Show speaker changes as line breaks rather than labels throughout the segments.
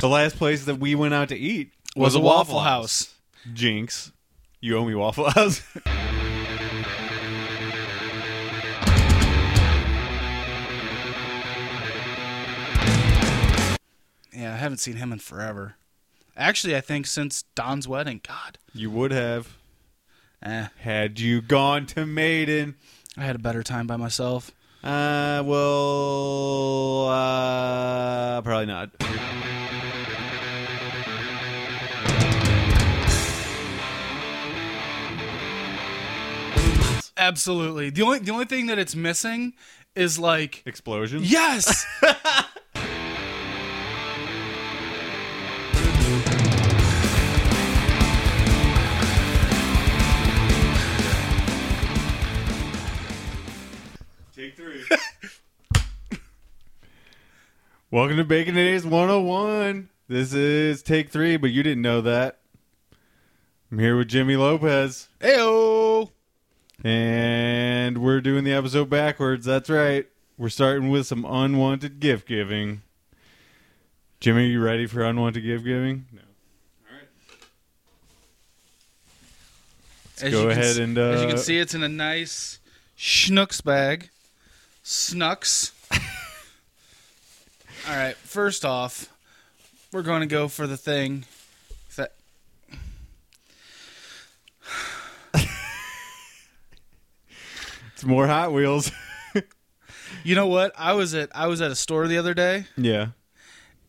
The last place that we went out to eat
Was a Waffle House.
Jinx, you owe me Waffle House.
Yeah, I haven't seen him in forever. Actually, I think since Don's wedding. God.
you would have
Eh,
had you gone to Maiden.
I had a better time by myself.
Uh, well, uh, probably not.
Absolutely. The only the only thing that it's missing is like
Explosion.
Yes.
Take three. Welcome to Bacon Days 101. This is take three, but you didn't know that. I'm here with Jimmy Lopez,
Ayo.
and we're doing the episode backwards. That's right. We're starting with some unwanted gift giving. Jimmy, you ready for unwanted gift giving? No.
As
go
you can
ahead
s-
and,
as you
uh,
can see, it's in a nice schnooks bag. Snucks. All right. First off, we're going to go for the thing that.
It's more Hot Wheels.
You know what? I was at I was at a store the other day
yeah.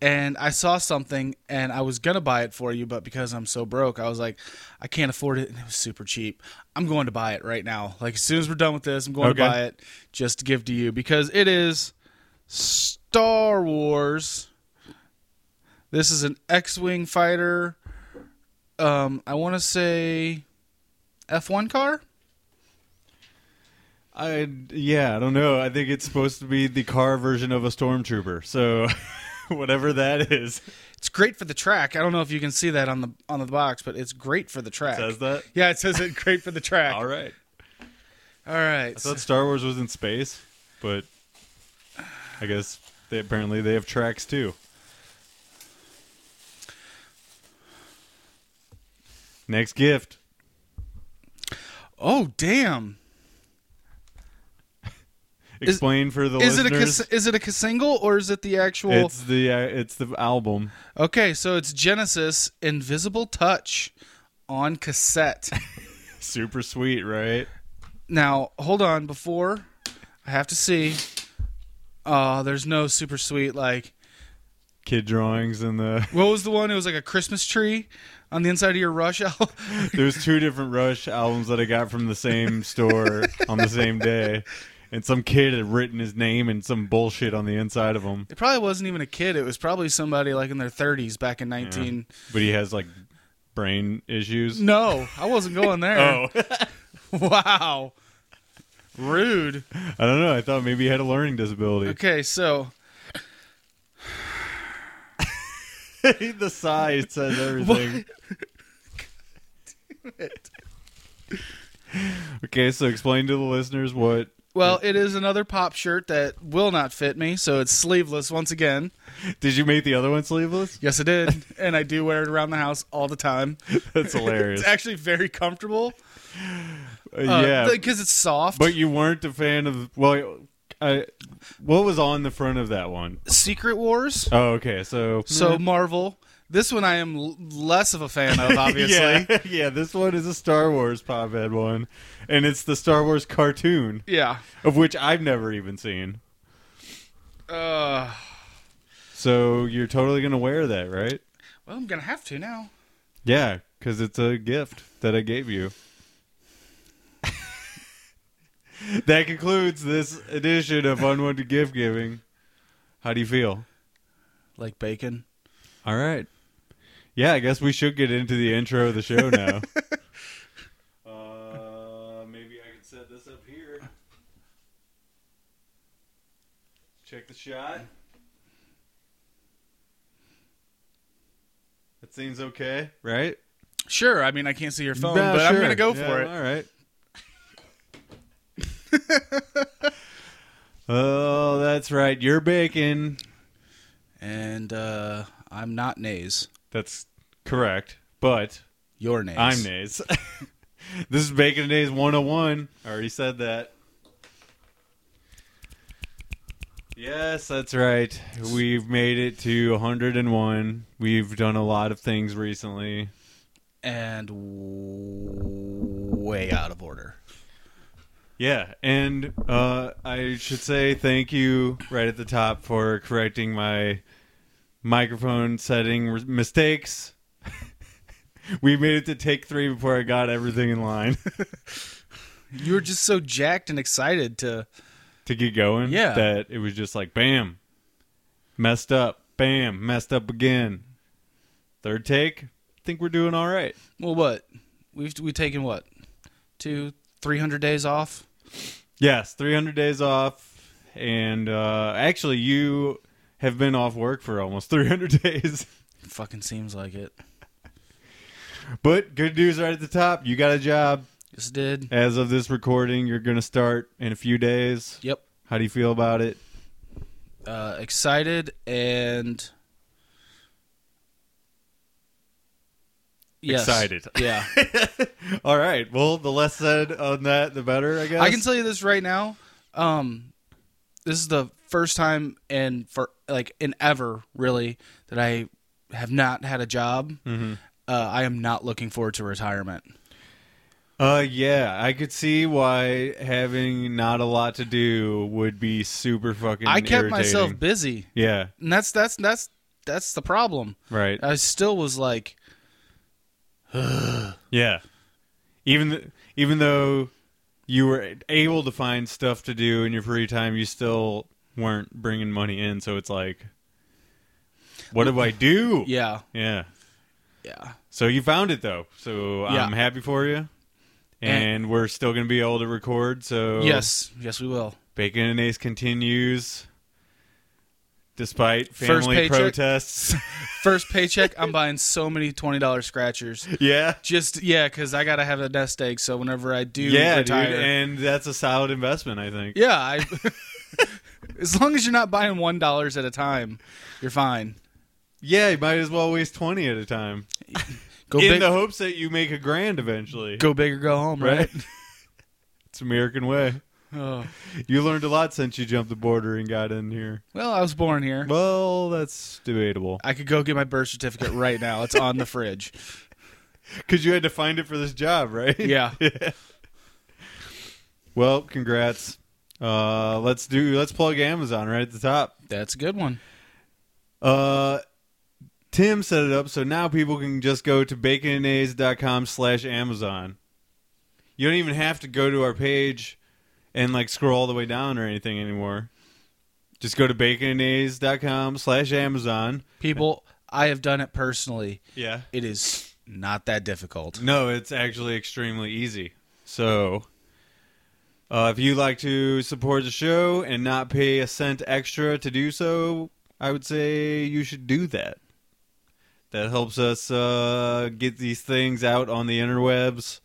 and I saw something and I was gonna buy it for you, but because I'm so broke, I was like, I can't afford it, and it was super cheap. I'm going to buy it right now. Like as soon as we're done with this, I'm going
Okay.
to buy it just to give to you because it is Star Wars. This is an X-wing fighter. Um, I want to say F1 car.
I yeah, I don't know. I think it's supposed to be the car version of a stormtrooper. So whatever that is.
It's great for the track. I don't know if you can see that on the on the box, but it's great for the track.
Says that?
Yeah, it says it great for the track.
All right.
All right.
I thought Star Wars was in space, but I guess they apparently they have tracks too. Next gift.
Oh damn! Is-
Explain for the
Is it a
listeners.
cas- is it a cas- single or is it the actual?
it's the uh, it's the album.
okay, so it's Genesis Invisible Touch on cassette.
Super sweet, right?
now hold on, before I have to see. Uh, there's no super sweet like.
Kid drawings and the
What was the one? It was like a Christmas tree on the inside of your Rush album.
There's two different Rush albums that I got from the same store on the same day, and some kid had written his name and some bullshit on the inside of them.
it probably wasn't even a kid. It was probably somebody like in their 30s back in 19.
But he has like brain issues.
No, I wasn't going there.
Oh,
Wow, rude.
I don't know. I thought maybe he had a learning disability.
Okay, so
the sigh says everything. Okay, so explain to the listeners what
Well, it is another pop shirt that will not fit me, so it's sleeveless once again.
did you make the other one sleeveless?
Yes, it did, and I do wear it around the house all the time.
That's hilarious.
It's actually very comfortable.
Uh,
Uh,
yeah,
because it's soft.
but you weren't a fan of well, I, what was on the front of that one?
Secret Wars,
Oh, okay. So,
so Marvel. This one I am l- less of a fan of, obviously.
yeah, yeah. This one is a Star Wars pophead one, and it's the Star Wars cartoon
Yeah.
of which I've never even seen.
Uh,
So you're totally gonna wear that, right?
well, I'm gonna have to now.
Yeah, because it's a gift that I gave you. that concludes this edition of Unwanted Gift Giving. How do you feel?
Like bacon.
All right. Yeah, I guess we should get into the intro of the show now. uh, maybe I can set this up here. Check the shot. That seems okay, right?
Sure. I mean, I can't see your phone,
Nah,
but I'm
sure.
gonna go
Yeah,
for it.
All right. oh, that's right. You're bacon.
And uh, I'm not Nays.
That's correct. But
You're Nays.
I'm Nays. this is Bacon and Nays 101. I already said that. Yes, that's right. We've made it to 101. We've done a lot of things recently.
And w- way out of order.
Yeah, and uh, I should say thank you right at the top for correcting my microphone setting r- mistakes. we made it to take three before I got everything in line
You were just so jacked and excited to.
to get going.
Yeah.
that it was just like bam, messed up, bam, messed up again. Third take, think we're doing all right.
Well, what? We've we taken what? Two, three hundred days off?
Yes, 300 days off, and uh, actually, you have been off work for almost 300 days.
Fucking seems like it.
But good news right at the top. You got a job.
Just did.
As of this recording, you're going to start in a few days.
Yep.
How do you feel about it?
Uh, excited and. Yes.
Excited.
Yeah.
All right. Well, the less said on that, the better, I guess.
I can tell you this right now. Um, this is the first time and for like in ever really that I have not had a job.
Mhm.
Uh, I am not looking forward to retirement.
Uh, yeah, I could see why having not a lot to do would be super fucking.
I kept
irritating.
myself busy,
Yeah.
and that's that's that's that's the problem.
Right.
I still was like,
Yeah. Even th- even though you were able to find stuff to do in your free time, you still weren't bringing money in. So it's like, what do I do?
yeah,
Yeah.
yeah,
So you found it though. So
Yeah.
I'm happy for you. And
And-
we're still going to be able to record. So
yes, yes, we will.
Bacon and Ace continues despite
First
family
paycheck.
protests.
First paycheck, I'm buying so many twenty dollars scratchers.
yeah.
Just yeah, because I gotta have a nest egg. So whenever I do
yeah,
retire,
dude. And that's a solid investment, I think.
Yeah, I, as long as you're not buying one dollars at a time, you're fine.
Yeah, you might as well waste 20 at a time
Go
in
big,
the hopes that you make a grand eventually.
go big or go home,
right?
right?
it's American way.
Oh.
You learned a lot since you jumped the border and got in here.
Well, I was born here.
Well, that's debatable.
I could go get my birth certificate right now. It's on the fridge.
Because you had to find it for this job, right?
Yeah.
Well, congrats. Uh, let's do. Let's plug Amazon right at the top.
That's a good one.
Uh, Tim set it up so now people can just go to baconandays.com slash Amazon. You don't even have to go to our page and like scroll all the way down or anything anymore. Just go to baconandays.com slash Amazon.
People, I have done it personally.
Yeah.
It is not that difficult.
No, it's actually extremely easy. So, uh, if you like to support the show and not pay a cent extra to do so, I would say you should do that. That helps us uh, get these things out on the interwebs,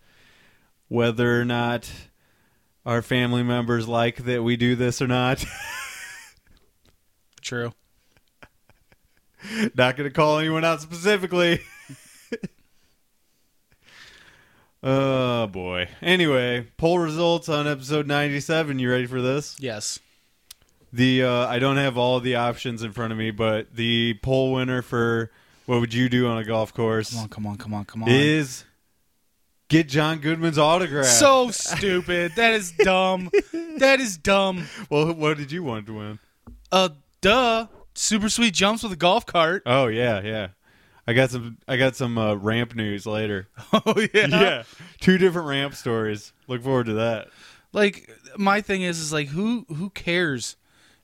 whether or not our family members like that we do this or not.
True.
Not going to call anyone out specifically. oh boy. Anyway, poll results on episode 97. You ready for this?
Yes.
The uh, I don't have all the options in front of me, but the poll winner for what would you do on a golf course
Come on, come on, come on, come on.
is get John Goodman's autograph.
so stupid. That is dumb. that is dumb.
well, what did you want to win?
Uh, duh. Super sweet jumps with a golf cart.
Oh yeah, yeah. I got some I got some uh, ramp news later.
Oh
yeah, two different ramp stories. Look forward to that.
Like my thing is is like who who cares?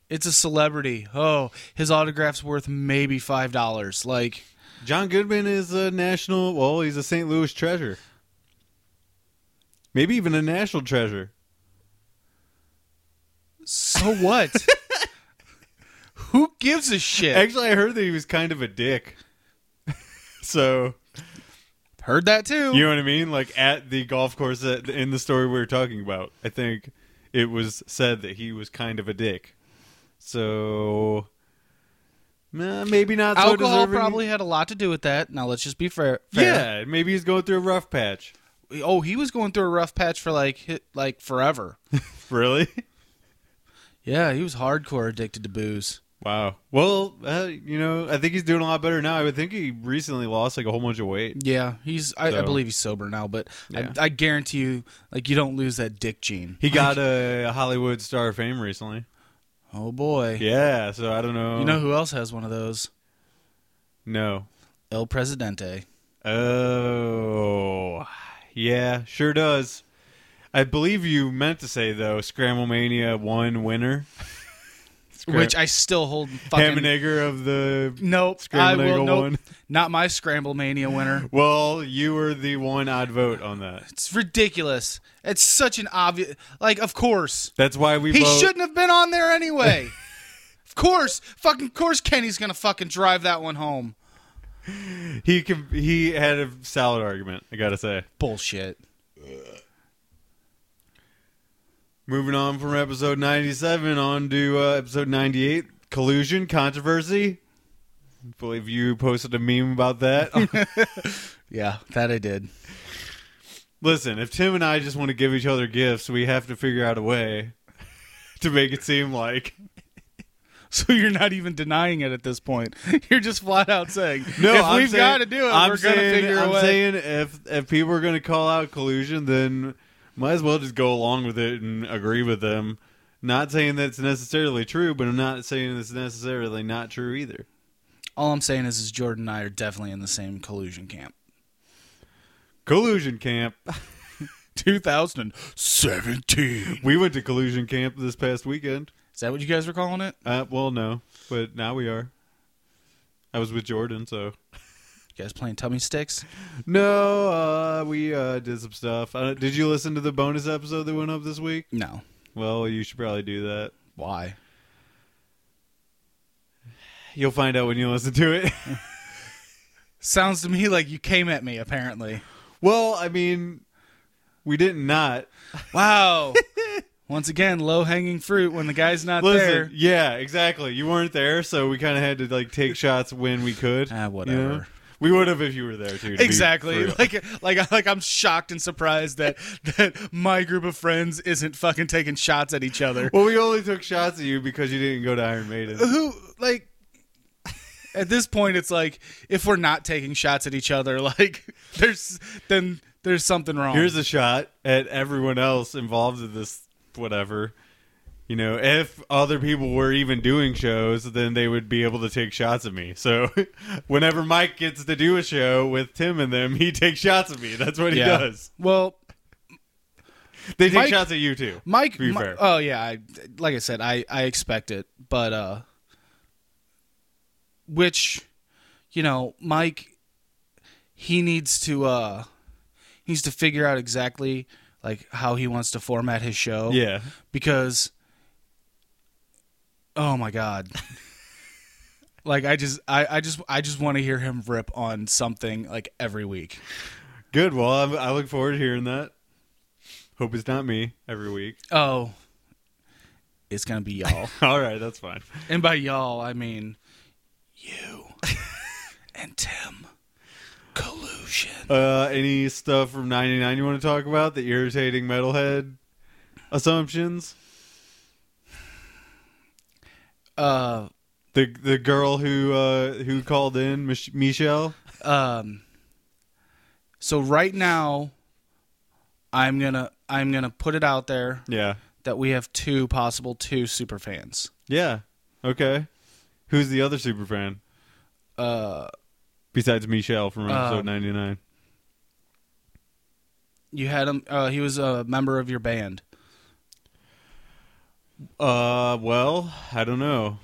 It's a celebrity. Oh, his autograph's worth maybe five dollars. Like
John Goodman is a national. Well, he's a St. Louis treasure. Maybe even a national treasure.
so what? who gives a shit?
Actually, I heard that he was kind of a dick. so
Heard that too.
you know what I mean? Like at the golf course that, in the story we were talking about, I think it was said that he was kind of a dick. So Meh, maybe not. So
Alcohol
deserving.
probably had a lot to do with that. Now let's just be fair. fair.
Yeah, maybe he's going through a rough patch.
Oh, he was going through a rough patch for like hi- like forever.
Really?
yeah, he was hardcore addicted to booze.
Wow. Well, uh, you know, I think he's doing a lot better now. I would think he recently lost like a whole bunch of weight.
Yeah, he's. I, I
So-
believe he's sober now, but
Yeah.
I, I guarantee you, like, you don't lose that dick gene.
He got a Hollywood Star of Fame recently.
Oh boy.
Yeah, so I don't know.
You know who else has one of those?
No.
El Presidente.
Oh, yeah, sure does. I believe you meant to say though, Scramble Mania one winner, Scram-
Which I still hold
ham
fucking.
and egger of the.
Nope, I
Scramble
will.
Eagle
Nope,
one.
not my Scramble Mania winner.
Well, you were the one odd vote on that.
It's ridiculous. It's such an obvious. Like, of course,
That's why we.
he
vote.
shouldn't have been on there anyway. of course, fucking course, Kenny's gonna fucking drive that one home.
He can. He had a solid argument. I gotta say.
Bullshit.
Moving on from episode 97 on to uh, episode 98 collusion controversy. I believe you posted a meme about that.
Yeah, that I did.
Listen, if Tim and I just want to give each other gifts, we have to figure out a way to make it seem like
So you're not even denying it at this point. You're just flat out saying,
no,
if
I'm
we've
saying-
got to do it,
I'm
we're
saying,
going to figure
I'm
a way."
saying if if people are going to call out collusion, then might as well just go along with it and agree with them. Not saying that's necessarily true, but I'm not saying it's necessarily not true either.
All I'm saying is, is Jordan and I are definitely in the same collusion camp.
Collusion camp.
2017.
We went to collusion camp this past weekend.
Is that what you guys were calling it?
Uh, well, no, but now we are. I was with Jordan, so
You guys playing tummy sticks?
no, uh, we uh, did some stuff. Uh, did you listen to the bonus episode that went up this week?
No.
Well, you should probably do that.
Why?
You'll find out when you listen to it.
Sounds to me like you came at me, apparently.
well, I mean, we didn't not
Wow. Once again, low hanging fruit when the guy's not
listen.
there.
Yeah, exactly. You weren't there, so we kind of had to like take shots when we could.
Ah,
you
whatever.
know? We would have if you were there too. to be
Exactly.
for real.
Like like like I'm shocked and surprised that that my group of friends isn't fucking taking shots at each other.
Well, we only took shots at you because you didn't go to Iron Maiden.
Who like at this point it's like if we're not taking shots at each other like there's then there's something wrong.
Here's a shot at everyone else involved in this whatever. You know, if other people were even doing shows, then they would be able to take shots at me. So whenever Mike gets to do a show with Tim and them, he takes shots at me. That's what he
Yeah.
does.
Well,
They take
Mike-
shots at you too.
Mike,
To be
Mi-
fair.
oh yeah, I, like I said, I I expect it, but uh, which, you know, Mike, he needs to uh, he needs to figure out exactly like how he wants to format his show.
Yeah.
because, oh my god. Like I just I, I just I just want to hear him rip on something like every week.
Good. Well, I'm, I look forward to hearing that. Hope it's not me every week.
Oh, it's gonna be y'all.
All right, that's fine.
And by y'all, I mean you and Tim. Collusion.
Uh, any stuff from '99 you want to talk about? The irritating metalhead assumptions.
Uh,
The the girl who uh, who called in Mich- Michelle.
um. So right now, I'm gonna I'm gonna put it out there
Yeah.
that we have two possible two super fans.
Yeah. Okay. Who's the other super fan
Uh,
besides Michelle from episode
Um,
99?
you had him. Uh, he was a member of your band.
Uh, well, I don't know.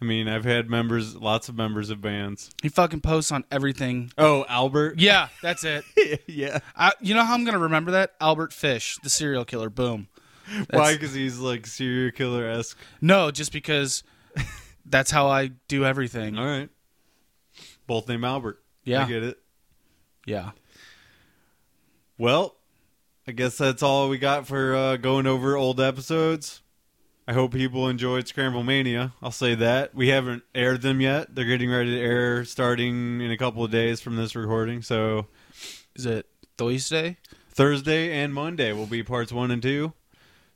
I mean, I've had members, lots of members of bands.
He fucking posts on everything.
Oh, Albert.
Yeah, that's it.
yeah.
I, you know how I'm gonna remember that? Albert Fish, the serial killer. Boom.
Why? Because he's like serial killer esque.
No, just because that's how I do everything.
All right. Both name Albert.
Yeah.
I get it.
Yeah.
Well, I guess that's all we got for uh, going over old episodes. I hope people enjoyed Scramble Mania. I'll say that. We haven't aired them yet. They're getting ready to air starting in a couple of days from this recording. So
Is it Thursday?
Thursday and Monday will be parts one and two.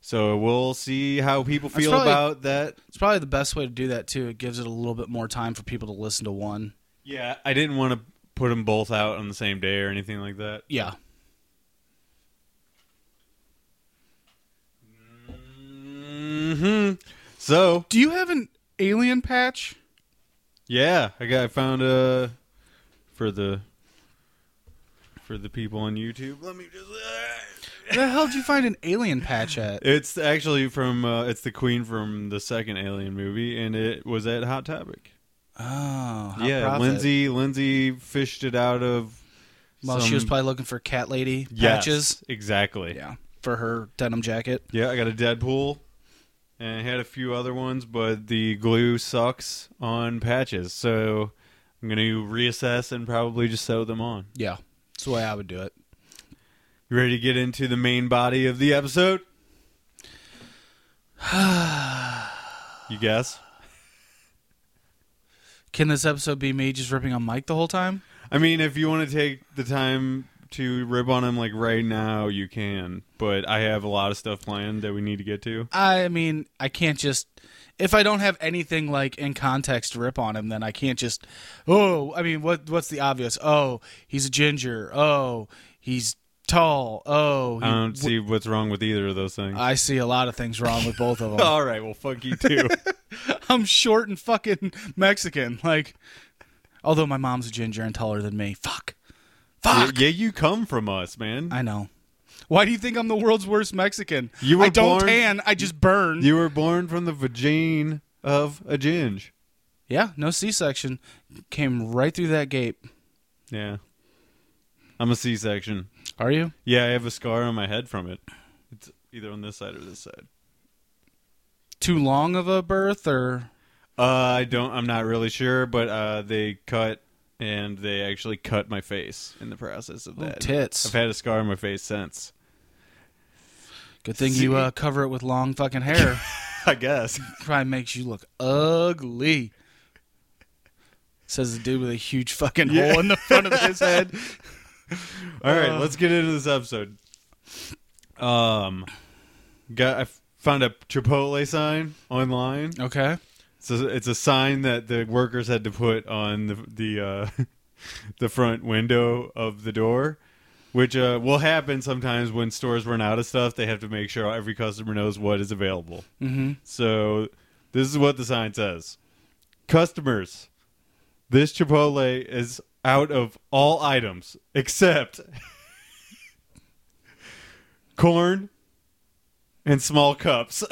So we'll see how people
That's
feel
probably-
about that.
It's probably the best way to do that too. It gives it a little bit more time for people to listen to one.
Yeah, I didn't want to put them both out on the same day or anything like that.
Yeah. Mm-hmm.
hmm So
Do you have an alien patch?
yeah, I got I found uh for the for the people on YouTube. Let me just. uh,
Where the hell did you find an alien patch at?
It's actually from uh, it's the Queen from the second Alien movie, and it was at Hot Topic.
Oh, Hot
yeah,
Profit.
Lindsay Lindsay fished it out of.
Well,
some-
she was probably looking for cat lady
Yes,
patches.
exactly. Yeah.
Yeah, for her denim jacket.
I got a Deadpool, and I had a few other ones, but the glue sucks on patches, so I'm gonna reassess and probably just sew them on.
Yeah, that's the way I would do it.
You ready to get into the main body of the episode? you guess.
Can this episode be me just ripping on Mike the whole time?
I mean, if you want to take the time to rib on him like right now, you can. But I have a lot of stuff planned that we need to get to.
I mean, I can't just if I don't have anything like in context to rip on him, then I can't just. Oh, I mean, what what's the obvious? Oh, he's a ginger. Oh, he's tall. Oh, he,
I don't see what's wrong with either of those things.
I see a lot of things wrong with both of them.
All right, well, fuck you too.
I'm short and fucking Mexican. Like, although my mom's a ginger and taller than me. Fuck,
yeah,
fuck.
yeah, you come from us, man.
I know. Why do you think I'm the world's worst Mexican?
You were
I don't
born-
tan. I just burn.
You were born from the vagine of a ginge.
yeah, no C-section. Came right through that gape.
Yeah, I'm a C-section.
Are you?
Yeah, I have a scar on my head from it. It's either on this side or this side.
too long of a birth or
Uh, I don't. I'm not really sure, but uh, they cut and they actually cut my face in the process of
Oh,
that.
tits.
I've had a scar on my face since.
good thing you uh, cover it with long fucking hair
I guess.
probably makes you look ugly says the dude with a huge fucking
Yeah.
hole in the front of his head
All right,
Uh.
let's get into this episode. Um, got I found a Chipotle sign online.
okay
It's a, it's a sign that the workers had to put on the the uh, the front window of the door, which uh, will happen sometimes when stores run out of stuff. They have to make sure every customer knows what is available.
mm-hmm
So this is what the sign says: Customers, this Chipotle is out of all items except corn and small cups.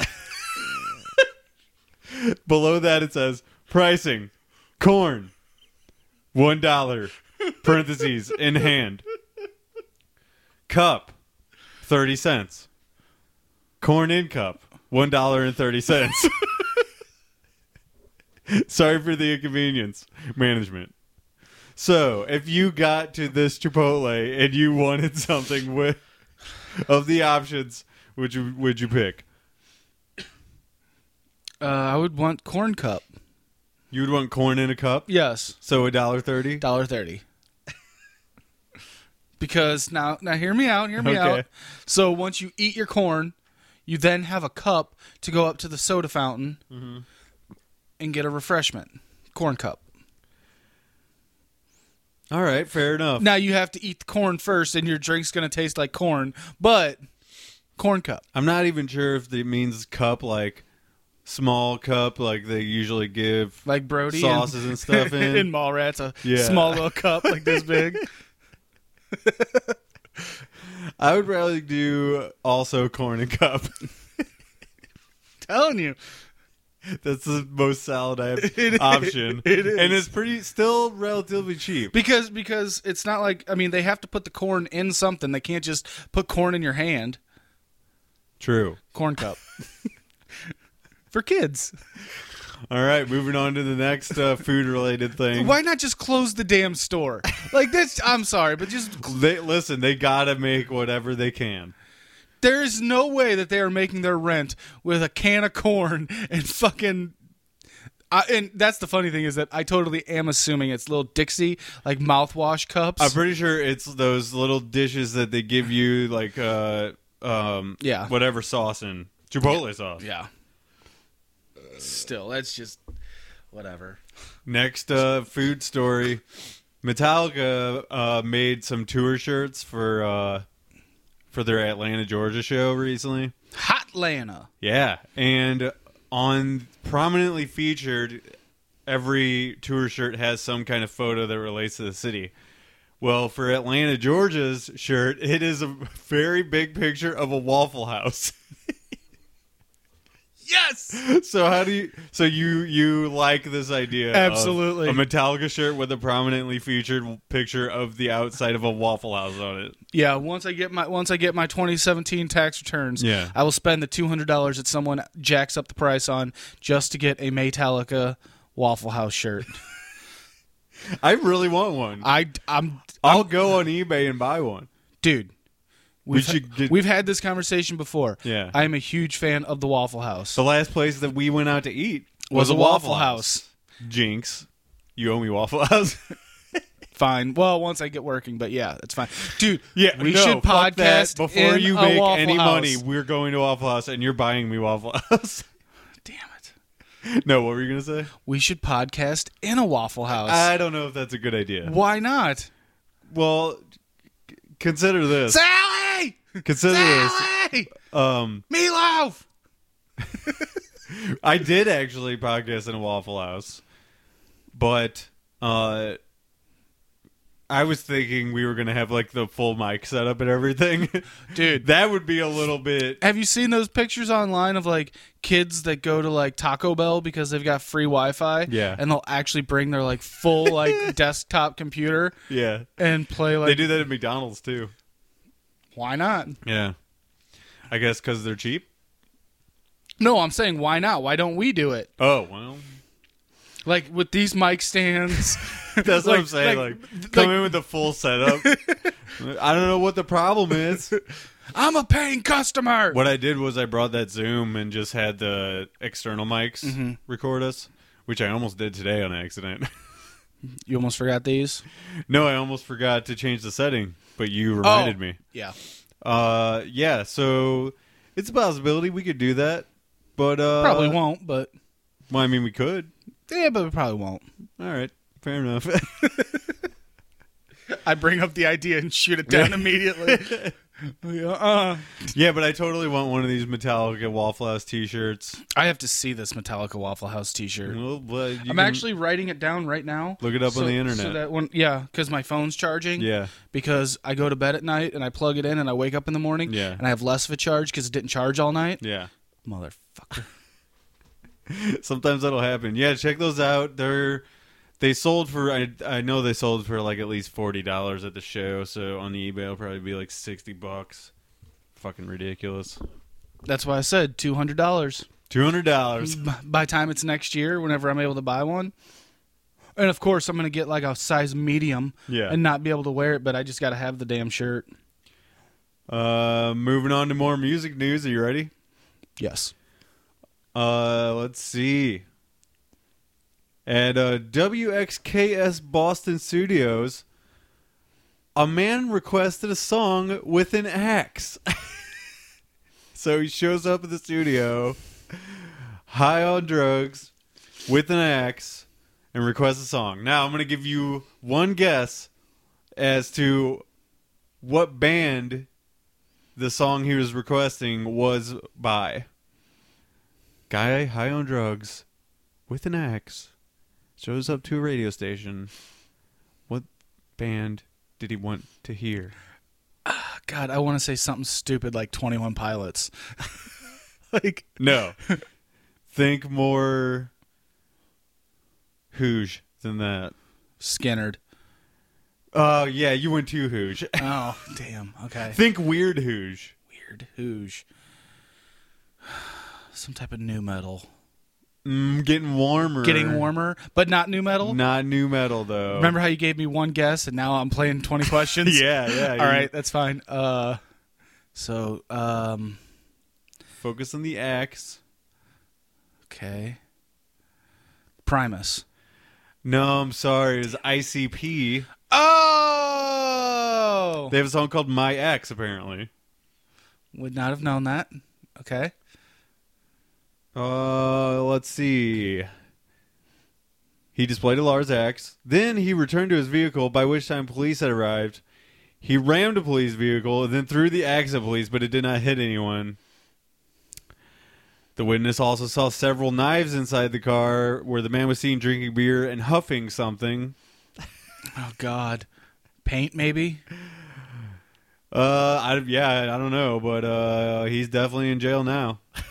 Below that it says pricing corn one dollar parentheses in hand cup thirty cents corn in cup one dollar and thirty cents. Sorry for the inconvenience, management. So, if you got to this Chipotle and you wanted something with of the options, would you would you pick?
uh, i would want corn cup
You would want corn in a cup,
yes
so a dollar thirty.
dollar thirty because now now hear me out hear me
Okay.
out so once you eat your corn you then have a cup to go up to the soda fountain and get a refreshment corn cup
All right, fair enough.
Now you have to eat the corn first, and your drink's gonna taste like corn, but corn cup.
I'm not even sure if it means cup like small cup like they usually give.
Like Brody
Sauces and stuff in.
in Mallrats, a
Yeah.
small little cup like this big.
I would rather do also corn and cup.
telling you,
That's the most solid I have
It is.
option,
It is.
and it's pretty still relatively cheap.
because because it's not like I mean they have to put the corn in something. They can't just put corn in your hand.
True.
Corn cup for kids.
All right, moving on to the next uh, food related thing.
Why not just close the damn store? Like this, I'm sorry, but just
They listen. They gotta make whatever they can.
There is no way that they are making their rent with a can of corn and fucking. I, and that's the funny thing is that I totally am assuming it's little Dixie like mouthwash cups.
I'm pretty sure it's those little dishes that they give you, like uh, um,
Yeah.
whatever sauce in Chipotle sauce.
yeah. Still, that's just whatever.
Next uh, food story: Metallica uh, made some tour shirts for uh, for their Atlanta, Georgia show recently.
Hot Lana.
Yeah, and on prominently featured, every tour shirt has some kind of photo that relates to the city. Well, for Atlanta, Georgia's shirt, it is a very big picture of a Waffle House.
Yes.
so how do you? So you you like this idea? of
Absolutely.
a Metallica shirt with a prominently featured picture of the outside of a Waffle House on it.
Yeah. Once I get my once I get my 2017 tax returns,
Yeah.
I will spend the $200 that someone jacks up the price on just to get a Metallica Waffle House shirt.
I really want one.
I I'm
I'll go on eBay and buy one.
dude. We've,
should get-
we've had this conversation before.
Yeah.
I am a huge fan of the Waffle House.
The last place that we went out to eat was, a Waffle House. Jinx, you owe me Waffle House.
Fine. Well, once I get working, but yeah, it's fine. Dude,
yeah,
we
no,
should
fuck that.
podcast
before
in
you
a
make
Waffle
any
House.
money. We're going to Waffle House, and you're buying me Waffle House.
Damn it.
no, what were you gonna say?
We should podcast in a Waffle House.
I don't know if that's a good idea.
Why not?
Well, c- consider this.
Sally!
Consider this.
Sally!
Um,
Meatloaf!
I did actually podcast in a Waffle House, but uh, I was thinking we were gonna have like the full mic setup and everything.
Dude.
that would be a little bit
Have you seen those pictures online of like kids that go to like Taco Bell because they've got free Wi Fi?
Yeah.
And they'll actually bring their like full like desktop computer
yeah.
and play like.
They do that at McDonald's too.
Why not?
Yeah. I guess because they're cheap.
No, I'm saying why not? Why don't we do it?
Oh, well.
Like with these mic stands.
That's what
Like-
I'm saying. Like,
like-
come
like-
in with the full setup. I don't know what the problem is.
I'm a paying customer.
What I did was I brought that Zoom and just had the external mics
Mm-hmm.
record us, which I almost did today on accident.
You almost forgot these?
no, I almost forgot to change the setting, but
Oh.
you reminded me.
Yeah.
Uh, yeah, so it's a possibility we could do that, but uh,
Probably won't, but.
Well, I mean, we could.
Yeah, but we probably won't.
All right, fair enough.
I bring up the idea and shoot it down immediately. uh,
yeah, but I totally want one of these Metallica Waffle House T-shirts.
I have to see this Metallica Waffle House T-shirt.
Well, but you
I'm
can-
actually writing it down right now.
Look it up on
so-
the internet.
So that when, yeah, because my phone's charging.
yeah.
Because I go to bed at night and I plug it in and I wake up in the morning.
Yeah.
And I have less of a charge because it didn't charge all night.
Yeah.
Motherfucker.
Sometimes that'll happen. Yeah, check those out. They're they sold for I I know they sold for like at least forty dollars at the show, so on the eBay it'll probably be like sixty bucks. Fucking ridiculous.
That's why I said two hundred dollars.
Two hundred dollars.
By the time it's next year, whenever I'm able to buy one. And of course, I'm gonna get like a size medium.
Yeah.
And not be able to wear it, but I just gotta have the damn shirt.
Uh moving on to more music news. Are you ready?
Yes.
Uh let's see. At uh, WXKS Boston Studios, a man requested a song with an axe. so he shows up at the studio, high on drugs, with an axe, and requests a song. Now I'm going to give you one guess as to what band the song he was requesting was by. Guy high on drugs, with an axe, shows up to a radio station. What band did he want to hear?
God, I want to say something stupid like Twenty One Pilots. like
No. Think more hooge than that.
Skinnered.
Oh, yeah, you went too hooge.
Oh damn. Okay.
Think weird hooge.
Weird. Hooge. Some type of new metal.
Mm, getting warmer.
Getting warmer, but not new metal.
Not new metal, though.
Remember how you gave me one guess and now I'm playing 20 questions?
Yeah, yeah.
All
you-
right, that's fine. Uh So, um,
Focus on the axe.
okay. Primus.
No, I'm sorry. It was ICP.
Oh!
They have a song called My Ex, apparently.
Would not have known that. Okay.
Uh, let's see. He displayed a Lars axe. Then he returned to his vehicle, by which time police had arrived. He rammed a police vehicle and then threw the axe at police, but it did not hit anyone. The witness also saw several knives inside the car where the man was seen drinking beer and huffing something.
Oh, God. Paint, maybe?
Uh, I, yeah, I don't know, but uh, he's definitely in jail now.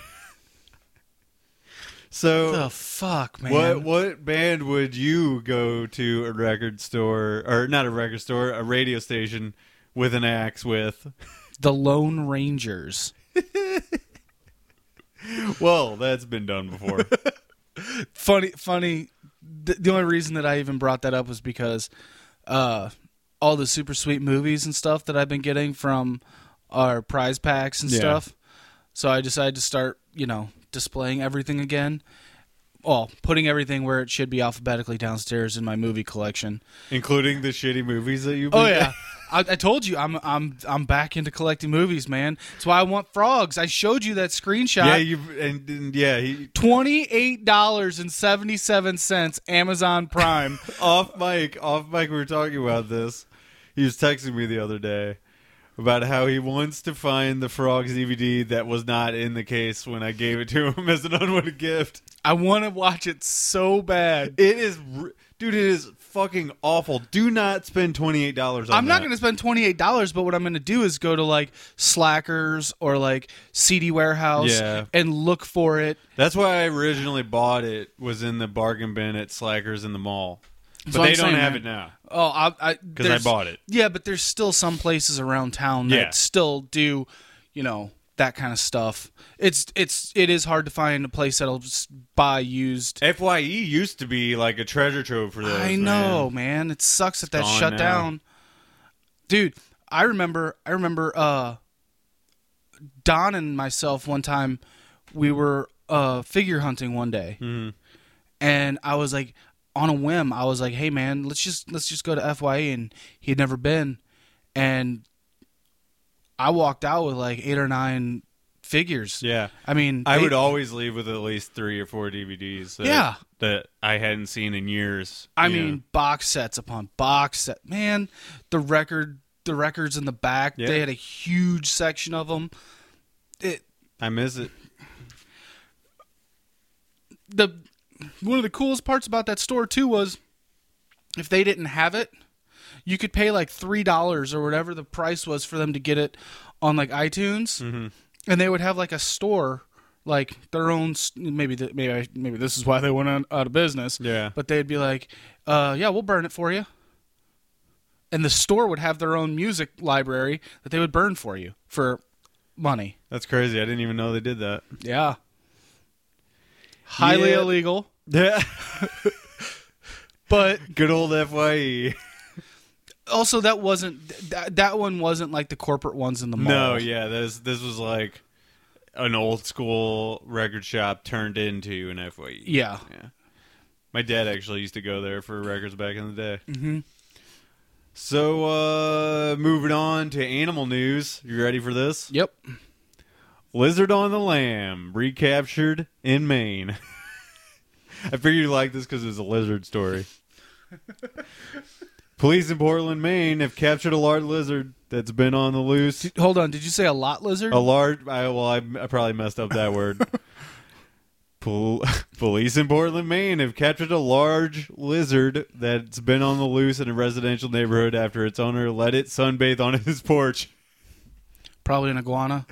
so
the fuck, man?
Oh. What what band would you go to a record store or not a record store, a radio station with an axe with?
The Lone Rangers.
Well, that's been done before.
funny funny the, the only reason that i even brought that up was because uh all the super sweet movies and stuff that i've been getting from our prize packs and
Yeah.
stuff so i decided to start you know displaying everything again well putting everything where it should be alphabetically downstairs in my movie collection
Including the shitty movies that you've
oh
been-
yeah I, I told you I'm I'm I'm back into collecting movies, man. That's why I want frogs. I showed you that screenshot.
Yeah, you and, and yeah, he,
Twenty-eight dollars and seventy-seven cents, Amazon Prime.
off mic, off mic we were talking about this. He was texting me the other day about how he wants to find the frogs DVD that was not in the case when I gave it to him as an unwanted gift.
I want to watch it so bad.
It is r- dude, it is fucking awful. Do not spend $28 on
I'm not
that.
going to spend twenty eight dollars, but what I'm going to do is go to like Slackers or like CD Warehouse
Yeah.
and look for it.
That's why I originally bought it was in the bargain bin at Slackers in the mall, but
what
they
I'm
don't
saying,
have
man.
it now
Oh, I I,
because I
there's-
bought it.
Yeah, but there's still some places around town that
Yeah.
still do, you know, that kind of stuff. It's it's it is hard to find a place that'll s- buy used.
Fye E used to be like a treasure trove for those.
I
man.
know, man. It sucks that that
gone
shut
now.
down. Dude, I remember I remember uh Don and myself one time we were uh figure hunting one day.
Mm-hmm.
And I was like on a whim, I was like, "Hey man, let's just let's just go to FYE and he'd never been." And I walked out with like 8 or 9 figures.
Yeah,
I mean,
I
they-
would always leave with at least three or four DVDs. That,
Yeah.
that I hadn't seen in years.
I
you
mean,
know.
box sets upon box set. Man, the record, the records in the back.
Yeah.
They had a huge section of them. It,
I miss it.
the one of the coolest parts about that store too was if they didn't have it, you could pay like three dollars or whatever the price was for them to get it on like iTunes,
Mm-hmm.
and they would have like a store. Like their own, s- maybe the, maybe I- maybe this is why they went out, out of business.
Yeah,
But they'd be like, uh, yeah, we'll burn it for you. And the store would have their own music library that they would burn for you for money.
that's crazy. I didn't even know they did that.
Yeah. Highly
Yeah.
illegal.
Yeah,
But
good old E. Fye.
also that wasn't that, that one wasn't like the corporate ones in the mall.
No, yeah, this this was like an old school record shop turned into an Fye.
Yeah.
Yeah. My dad actually used to go there for records back in the day. Mm-hmm. So, uh, moving on to animal news. You ready for this?
Yep.
Lizard on the lamb recaptured in Maine. I figured you like this because it's a lizard story. Police in Portland, Maine, have captured a large lizard that's been on the loose.
Hold on, did you say a lot lizard?
A large. I, well, I, I probably messed up that word. Pol- Police in Portland, Maine, have captured a large lizard that's been on the loose in a residential neighborhood after its owner let it sunbathe on his porch.
Probably an iguana.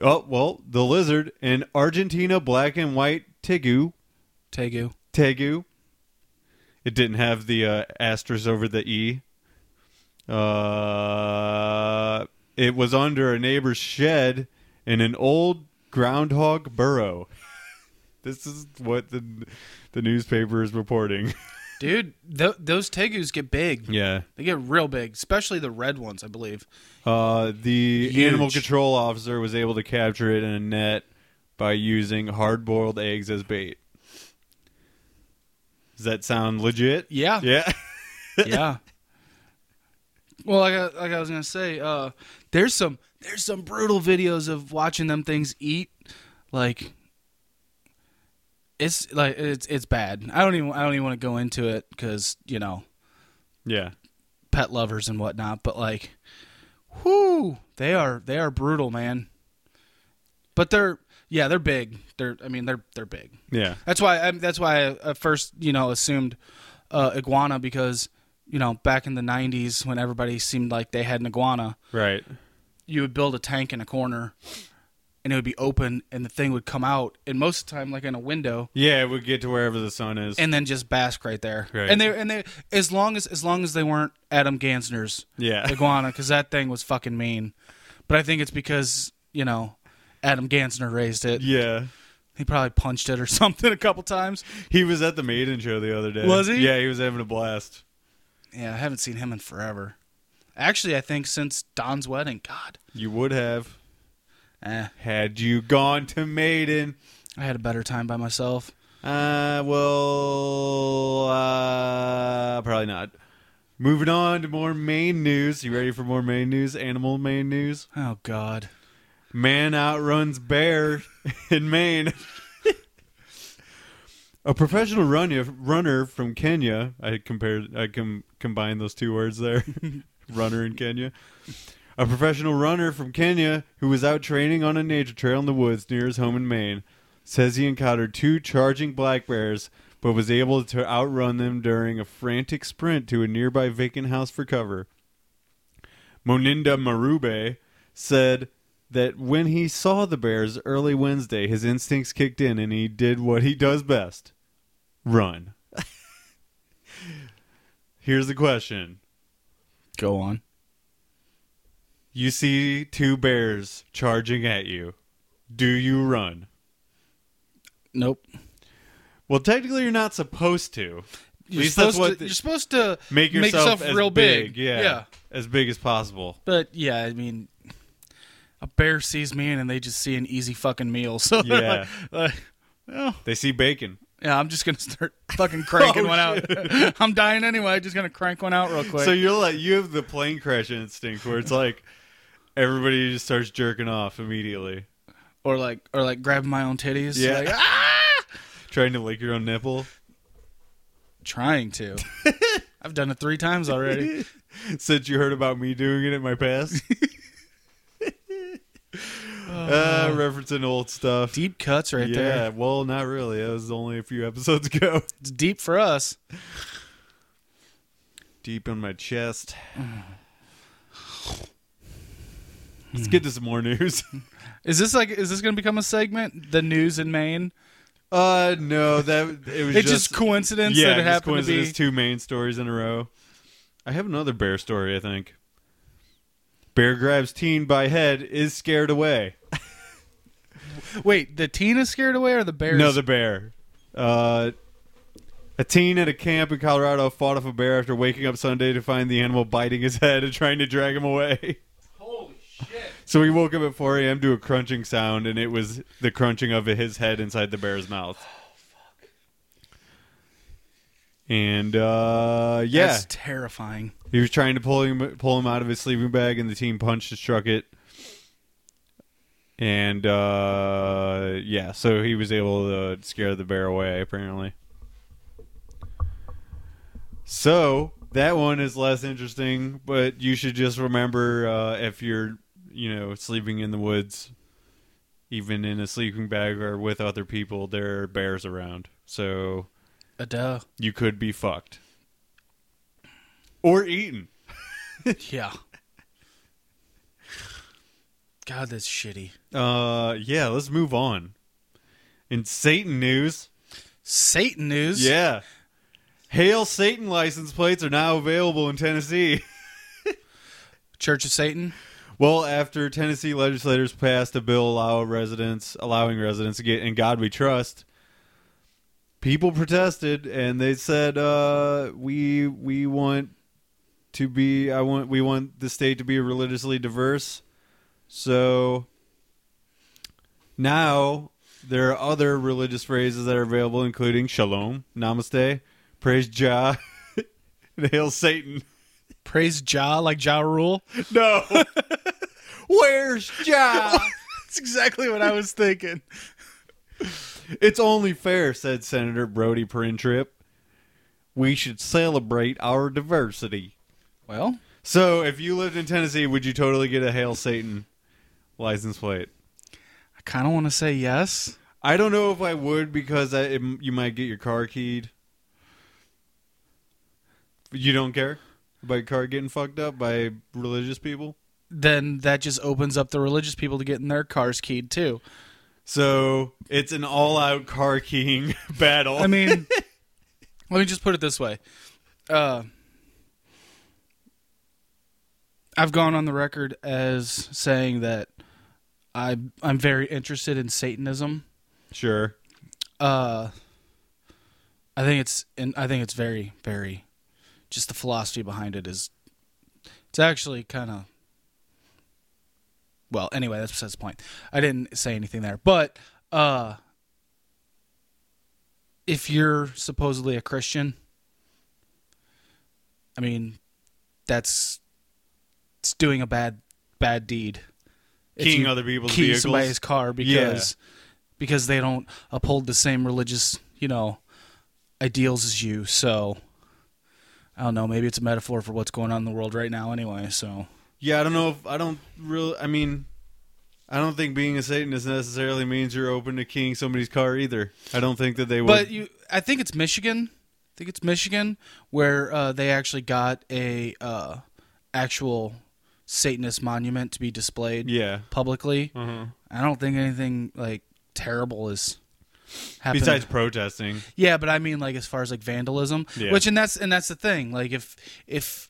Oh well, the lizard, an Argentina black and white tegu,
Tegu.
tegu. It didn't have the uh, asterisk over the e. Uh, it was under a neighbor's shed in an old groundhog burrow. this is what the the newspaper is reporting.
Dude, th- those Tegus get big.
Yeah.
They get real big, especially the red ones, I believe.
Uh, the animal
Huge.
control officer was able to capture it in a net by using hard boiled eggs as bait. Does that sound legit?
Yeah.
Yeah.
yeah. Well, like I, like I was gonna say, uh, there's some there's some brutal videos of watching them things eat. Like it's like it's it's bad. I don't even I don't even want to go into it because you know
yeah.
pet lovers and whatnot. But like, whoo, they are they are brutal, man. But they're yeah they're big. They're I mean they're they're big.
Yeah.
That's why. I, that's why I, I first, you know, assumed uh, iguana because you know back in the '90s when everybody seemed like they had an iguana,
Right.
you would build a tank in a corner, and it would be open, and the thing would come out, and most of the time, like in a window,
Yeah, it would get to wherever the sun is.
and then just bask right there.
Right.
And they and they as long as as long as they weren't Adam Gansner's
yeah.
iguana, because that thing was fucking mean. But I think it's because you know Adam Gansner raised it.
yeah.
He probably punched it or something a couple times.
He was at the maiden show the other day.
Was he?
Yeah, he was having a blast.
Yeah, I haven't seen him in forever. Actually, I think since Don's wedding. God,
You would have
eh,
had you gone to maiden.
I had a better time by myself.
Uh, well, uh, probably not. Moving on to more main news. You ready for more main news? Animal main news.
Oh God,
Man outruns bear in Maine. A professional runner runner from Kenya. I compared. I com- combined those two words there. runner in Kenya. A professional runner from Kenya who was out training on a nature trail in the woods near his home in Maine says he encountered two charging black bears, but was able to outrun them during a frantic sprint to a nearby vacant house for cover. Moninda Marube said that when he saw the Bears early Wednesday, his instincts kicked in and he did what he does best run. Here's the question
go on.
You see two bears charging at you. Do you run?
Nope.
Well, technically, you're not supposed to.
You're
least that's
supposed
what
to.
the-
you're supposed to
Make yourself, as
real big.
Yeah,
yeah.
As big as possible.
But yeah, I mean, a bear sees me and they just see an easy fucking meal. So they're
Yeah.
like, oh, like, well,
They see bacon.
yeah, I'm just gonna start fucking cranking
Oh,
one out. I'm dying anyway. Just gonna crank one out real quick.
So you're like you have the plane crash instinct where it's like everybody just starts jerking off immediately,
or like, or like grabbing my own titties.
Yeah.
Like, "Ah!"
trying to lick your own nipple.
trying to. I've done it three times already.
Since you heard about me doing it in my past, uh, referencing old stuff.
deep cuts right
yeah,
there.
well, not really. That was only a few episodes ago.
It's deep for us.
Deep in my chest. Let's get to some more news.
Is this like is this going to become a segment? The news in Maine.
Uh, no, that it was
It's just, coincidence
yeah,
that it
just
happened to
coincidence.
be.
Two main stories in a row. I have another bear story. I think. Bear grabs teen by head is scared away.
Wait, the teen is scared away or the bears?
No, the bear. Uh, a teen at a camp in Colorado fought off a bear after waking up Sunday to find the animal biting his head and trying to drag him away.
Holy shit!
So he woke up at 4 a.m. to a crunching sound, and it was the crunching of his head inside the bear's mouth.
Oh,
And uh, yeah,
That's terrifying.
He was trying to pull him pull him out of his sleeping bag, and the team punched and struck it. And uh, yeah, so he was able to scare the bear away. Apparently, so that one is less interesting, but you should just remember uh, if you're you know sleeping in the woods, even in a sleeping bag or with other people, there are bears around. So
A duh.
you could be fucked or eaten.
yeah. God, that's shitty.
Uh, yeah, let's move on. In Satan news,
Satan news.
yeah, hail Satan license plates are now available in Tennessee.
Church of Satan.
well, after Tennessee legislators passed a bill allow residents allowing residents to get in God We Trust, people protested and they said uh, we we want to be I want we want the state to be religiously diverse. So now there are other religious phrases that are available, including shalom, namaste, praise Jah, and hail Satan.
Praise Ja like Ja Rule.
No, where's Jah?
That's exactly what I was thinking.
It's only fair, said Senator Brody Printrip. We should celebrate our diversity.
Well,
So, if you lived in Tennessee, would you totally get a Hail Satan license plate?
I kind of want to say yes.
I don't know if I would because I, it, you might get your car keyed. You don't care about your car getting fucked up by religious people?
Then that just opens up the religious people to getting their cars keyed too.
So, it's an all out car keying battle.
I mean, let me just put it this way. Uh, I've gone on the record as saying that I I'm very interested in Satanism.
sure.
Uh, I think it's and I think it's very very, just the philosophy behind it is, it's actually kind of. Well, anyway, that's besides the point. I didn't say anything there, but uh, if you're supposedly a Christian, I mean, that's it's doing a bad bad deed. If
Keying
you
other people's
key
vehicles.
somebody's car because because they don't uphold the same religious you know ideals as you. So I don't know. Maybe it's a metaphor for what's going on in the world right now. Anyway, so
Yeah, I don't know if I don't really. I mean, I don't think being a Satanist necessarily means you're open to keying somebody's car either. I don't think that they would.
but you, I think it's Michigan. I think it's Michigan where uh, they actually got a uh, actual Satanist monument to be displayed
yeah.
publicly.
uh
I don't think anything like terrible is happening.
Besides protesting,
Yeah, but I mean like as far as like vandalism,
Yeah.
which and that's and that's the thing. Like if if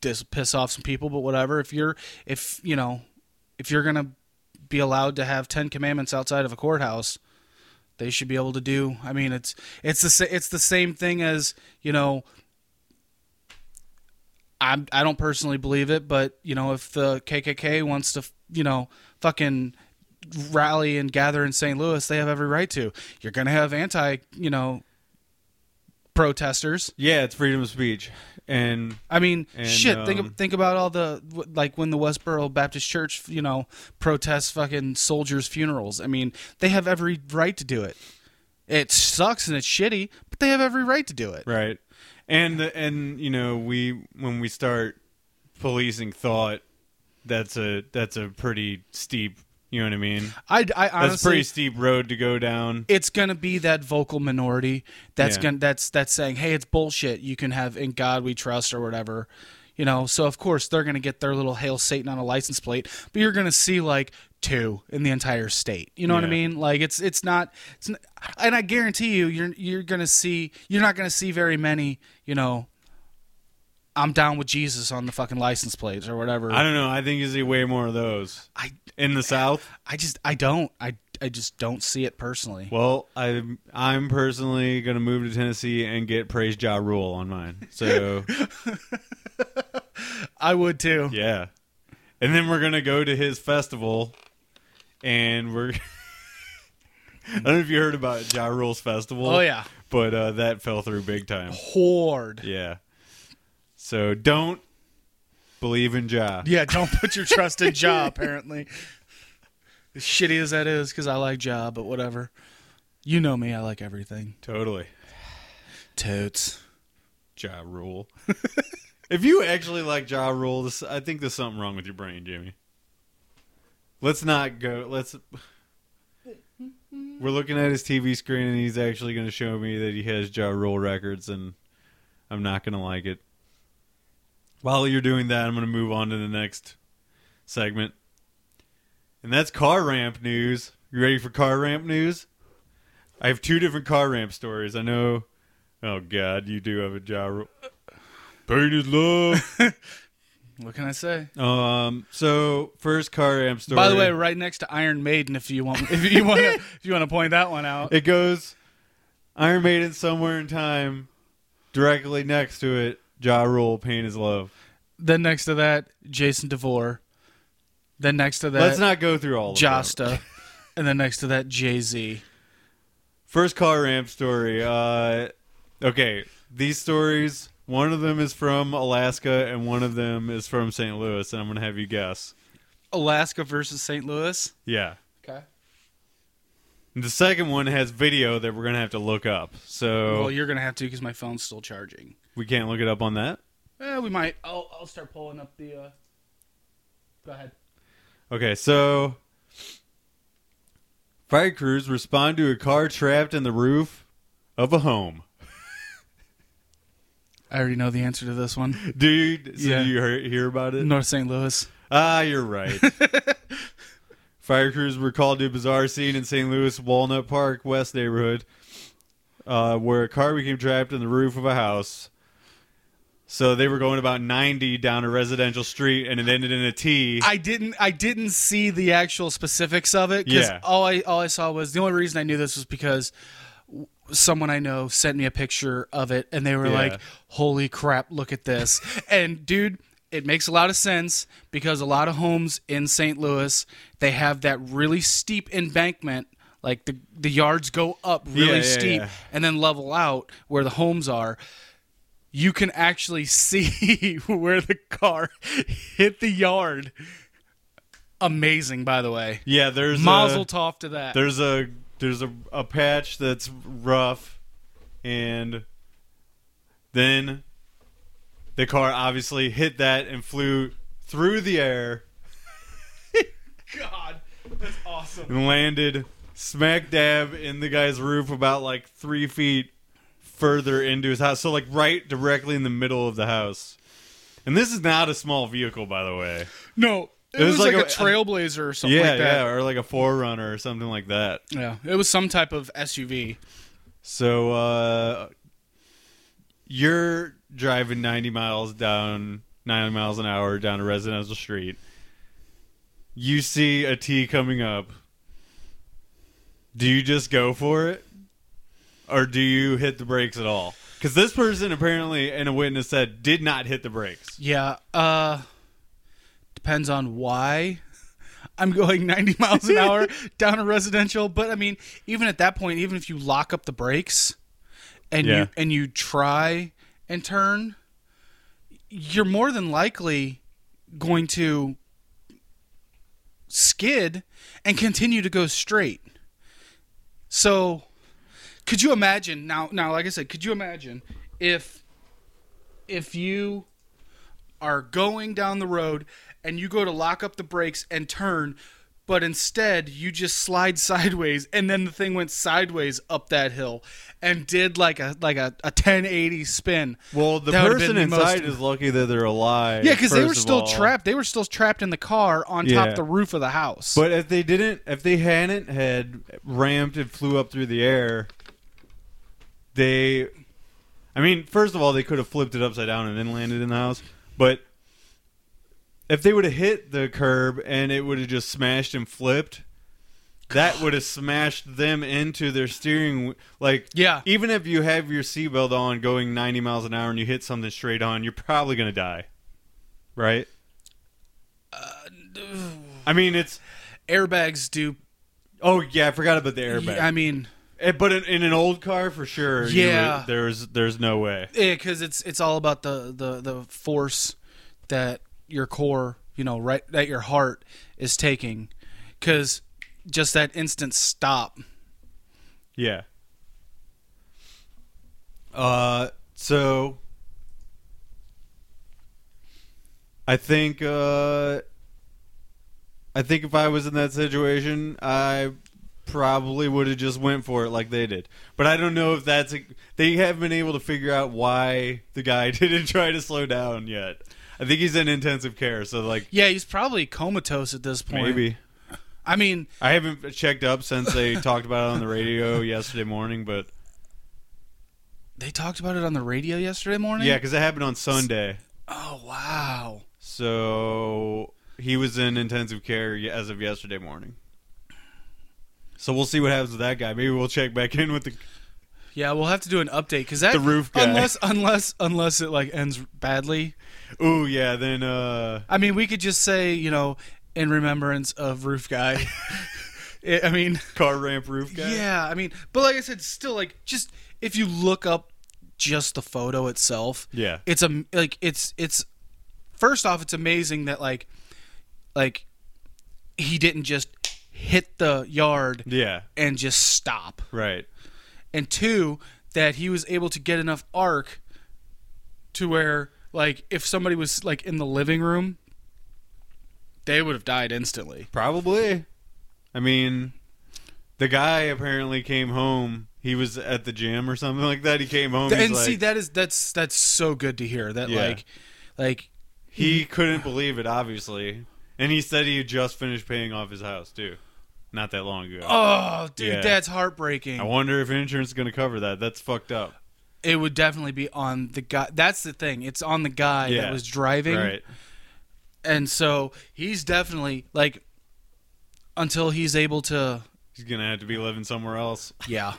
this will piss off some people, but whatever. If you're if you know if you're gonna be allowed to have Ten Commandments outside of a courthouse, they should be able to do. I mean it's it's the sa- it's the same thing as you know. I I don't personally believe it, but you know if the KKK wants to you know fucking rally and gather in St. Louis, they have every right to. You're going to have anti, you know, protesters.
yeah, it's freedom of speech, and
I mean,
And,
shit.
um,
think think about all the like when the Westboro Baptist Church, you know, protests fucking soldiers' funerals. I mean, they have every right to do it. It sucks and it's shitty, but they have every right to do it.
right, and the, and you know we when we start policing thought, that's a that's a pretty steep. You know what I mean?
I, I honestly,
that's a pretty steep road to go down.
it's gonna be that vocal minority that's
Yeah.
gonna that's that's saying, hey, it's bullshit. You can have in God we trust or whatever, you know. So of course they're gonna get their little hail Satan on a license plate, but you're gonna see like two in the entire state. You know what I
Yeah.
mean? Like it's it's not it's n and I guarantee you you're you're gonna see you're not gonna see very many you know. I'm down with Jesus on the fucking license plates or whatever.
I don't know. I think you see way more of those
I
in the South.
I just I don't I I just don't see it personally.
Well, I'm I'm personally gonna move to Tennessee and get Praise Ja Rule on mine. So
I would too.
yeah, and then we're gonna go to his festival, and we're. I don't know if you heard about Ja Rule's festival.
Oh yeah.
but uh, that fell through big time.
Horde.
Yeah, so don't believe in Ja.
Yeah, don't put your trust in Ja, apparently. As shitty as that is, because I like Ja, but whatever. You know me, I like everything.
Totally,
Totes.
Ja Rule. if you actually like Ja Rule, this, I think there's something wrong with your brain, Jimmy. Let's not go. Let's. We're looking at his TV screen, and he's actually going to show me that he has Ja Rule records, and I'm not going to like it. While you're doing that, I'm going to move on to the next segment. And that's car ramp news. You ready for car ramp news? I have two different car ramp stories. I know. Oh, God, you do have a Ja Rule. Pain is love.
What can I say?
um, so, first car ramp story.
By the way, right next to Iron Maiden, if you want, if you want, to, if you want to point that one out.
It goes Iron Maiden somewhere in time. Directly next to it, Ja Rule, Pain is Love.
Then next to that, Jason DeVore. Then next to
Let's
that,
not go through all of them.
Josta. and then next to that, Jay Z.
First car ramp story. Uh, okay, these stories. One of them is from Alaska, and one of them is from St. Louis. And I'm gonna have you guess.
Alaska versus St. Louis.
Yeah,
Okay.
the second one has video that we're gonna have to look up, so
Well, you're gonna have to because my phone's still charging.
we can't look it up on that.
Eh, we might. I'll, I'll start pulling up the. Uh... Go ahead.
Okay, so fire crews respond to a car trapped in the roof of a home.
I already know the answer to this one.
Dude, so
Yeah.
do you hear, hear about it?
North St. Louis.
Ah, you're right. Fire crews were called to a bizarre scene in St. Louis Walnut Park West neighborhood, uh, where a car became trapped in the roof of a house. So they were going about 90 down a residential street, and it ended in a T.
I didn't. I didn't see the actual specifics of it because
Yeah.
all I all I saw was the only reason I knew this was because w- someone I know sent me a picture of it, and they were
Yeah.
like, "Holy crap! Look at this!" and dude, it makes a lot of sense because a lot of homes in St. Louis they have that really steep embankment. Like the the yards go up really
Yeah, yeah,
steep
yeah.
and then level out where the homes are you can actually see where the car hit the yard. Amazing, by the way.
yeah, there's
Mazel
a,
tov to that.
there's a there's a, a patch that's rough, and then the car obviously hit that and flew through the air
God, that's awesome.
and landed smack dab in the guy's roof about like three feet further into his house. So like right directly in the middle of the house. And this is not a small vehicle, by the way.
No, it,
It
was,
was
like,
like
a,
a-
trailblazer or something
Yeah,
like
yeah,
that.
or like a forerunner or something like that.
Yeah. it was some type of SUV.
So uh you're driving 90 miles down 90 miles an hour down a residential street. You see a T coming up. Do you just go for it? Or do you hit the brakes at all? Cuz this person apparently and a witness said did not hit the brakes.
Yeah, uh, depends on why. I'm going 90 miles an hour down a residential, but I mean, even at that point, even if you lock up the brakes and
Yeah.
you and you try and turn, you're more than likely going to skid and continue to go straight. So, could you imagine now? Now, like I said, could you imagine if if you are going down the road and you go to lock up the brakes and turn, but instead you just slide sideways and then the thing went sideways up that hill and did like a like a, a 1080 spin.
Well, the
That would've
person
been the most-
inside is lucky that they're alive.
Yeah, because they
first
were
of
still
all.
trapped. They were still trapped in the car on top
Yeah.
of the roof of the house.
But if they didn't, if they hadn't had ramped and flew up through the air, they, I mean, first of all, they could have flipped it upside down and then landed in the house. But if they would have hit the curb and it would have just smashed and flipped, that would have smashed them into their steering. whe- Like,
Yeah.
even if you have your seatbelt on going 90 miles an hour and you hit something straight on, you're probably going to die. Right? I mean, it's
airbags do.
Oh yeah, I forgot about the airbag.
I mean,
Eh, but in, in an old car, for sure. you
Yeah.
would- there's there's no way.
Yeah, because it's it's all about the, the the force that your core, you know, right that your heart is taking, because just that instant stop.
Yeah. Uh, so I think uh, I think if I was in that situation, I probably would have just went for it like they did. But I don't know if that's a, they haven't been able to figure out why the guy didn't try to slow down yet. I think he's in intensive care, so like
Yeah, he's probably comatose at this point.
maybe.
I mean,
I haven't checked up since they talked about it on the radio yesterday morning, but
they talked about it on the radio yesterday morning.
yeah, because it happened on Sunday.
Oh wow.
So he was in intensive care ye- as of yesterday morning. So we'll see what happens with that guy. Maybe we'll check back in with the
Yeah, we'll have to do an update because that
The roof guy.
unless unless unless it like ends badly.
Ooh, yeah. Then uh,
I mean, we could just say you know in remembrance of roof guy. It- I mean,
car ramp roof guy.
yeah, I mean, but like I said, still like just if you look up just the photo itself,
Yeah.
it's a like it's it's first off, it's amazing that like like he didn't just hit the yard
Yeah.
and just stop.
Right.
and two that he was able to get enough arc to where like if somebody was like in the living room they would have died instantly
Probably. I mean, the guy apparently came home. He was at the gym or something like that. He came home. he's
and see
like-
that is that's that's so good to hear that
Yeah.
like like
he couldn't believe it, obviously. And he said he had just finished paying off his house too, not that long ago.
oh dude
Yeah.
that's heartbreaking
I wonder if insurance is going to cover that. That's fucked up.
it would definitely be on the guy that's the thing it's on the guy
Yeah.
that was driving
Right.
and so he's definitely like until he's able to
He's going to have to be living somewhere else.
Yeah.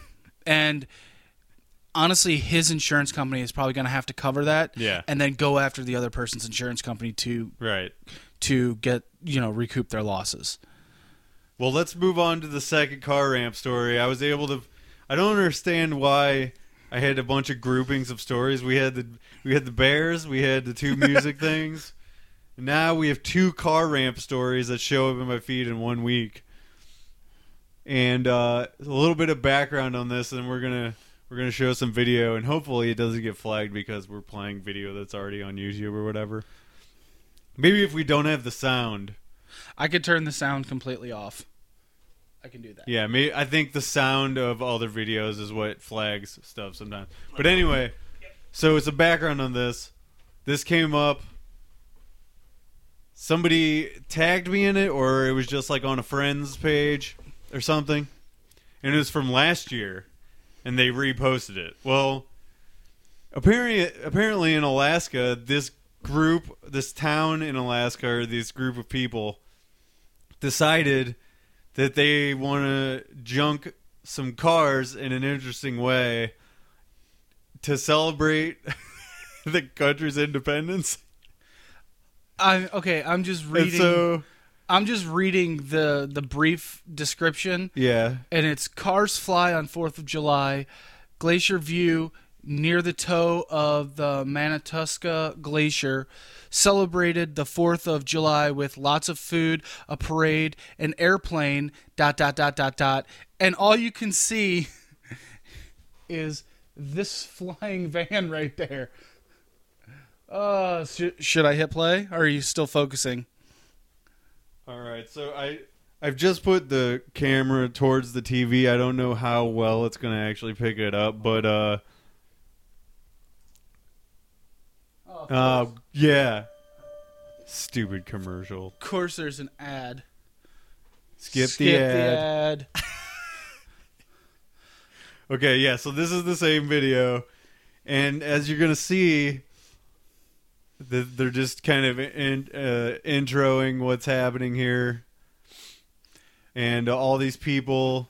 And honestly, his insurance company is probably going to have to cover that.
Yeah.
And then go after the other person's insurance company to
Right.
to get you know recoup their losses.
Well, let's move on to the second car ramp story. I was able to. I don't understand why I had a bunch of groupings of stories. We had the we had the bears. We had the two music things. Now we have two car ramp stories that show up in my feed in one week. And uh, a little bit of background on this, and we're gonna we're gonna show some video, and hopefully it doesn't get flagged because we're playing video that's already on YouTube or whatever. Maybe if we don't have the sound,
I could turn the sound completely off. I can do that.
Yeah, me. I think the sound of other videos is what flags stuff sometimes. But anyway, so it's a background on this. This came up. Somebody tagged me in it, or it was just like on a friend's page or something, and it was from last year, and they reposted it. Well, apparently, apparently in Alaska, this group, this town in Alaska, or this group of people, decided that they want to junk some cars in an interesting way to celebrate the country's independence.
I'm okay. I'm just reading.
And so,
I'm just reading the the brief description,
yeah,
and it's cars fly on Fourth of July, glacier view near the toe of the Manitoska Glacier, celebrated the Fourth of July with lots of food, a parade, an airplane, dot dot dot dot dot, and all you can see is this flying van right there. Uh, sh- should I hit play? Or are you still focusing?
All right, so I I've just put the camera towards the TV. I don't know how well it's going to actually pick it up, but uh
Oh,
uh yeah. Stupid commercial.
of course, there's an ad.
Skip, the ad. Okay, yeah, so this is the same video. And as you're going to see, th- they're just kind of in, uh, introing what's happening here. And all these people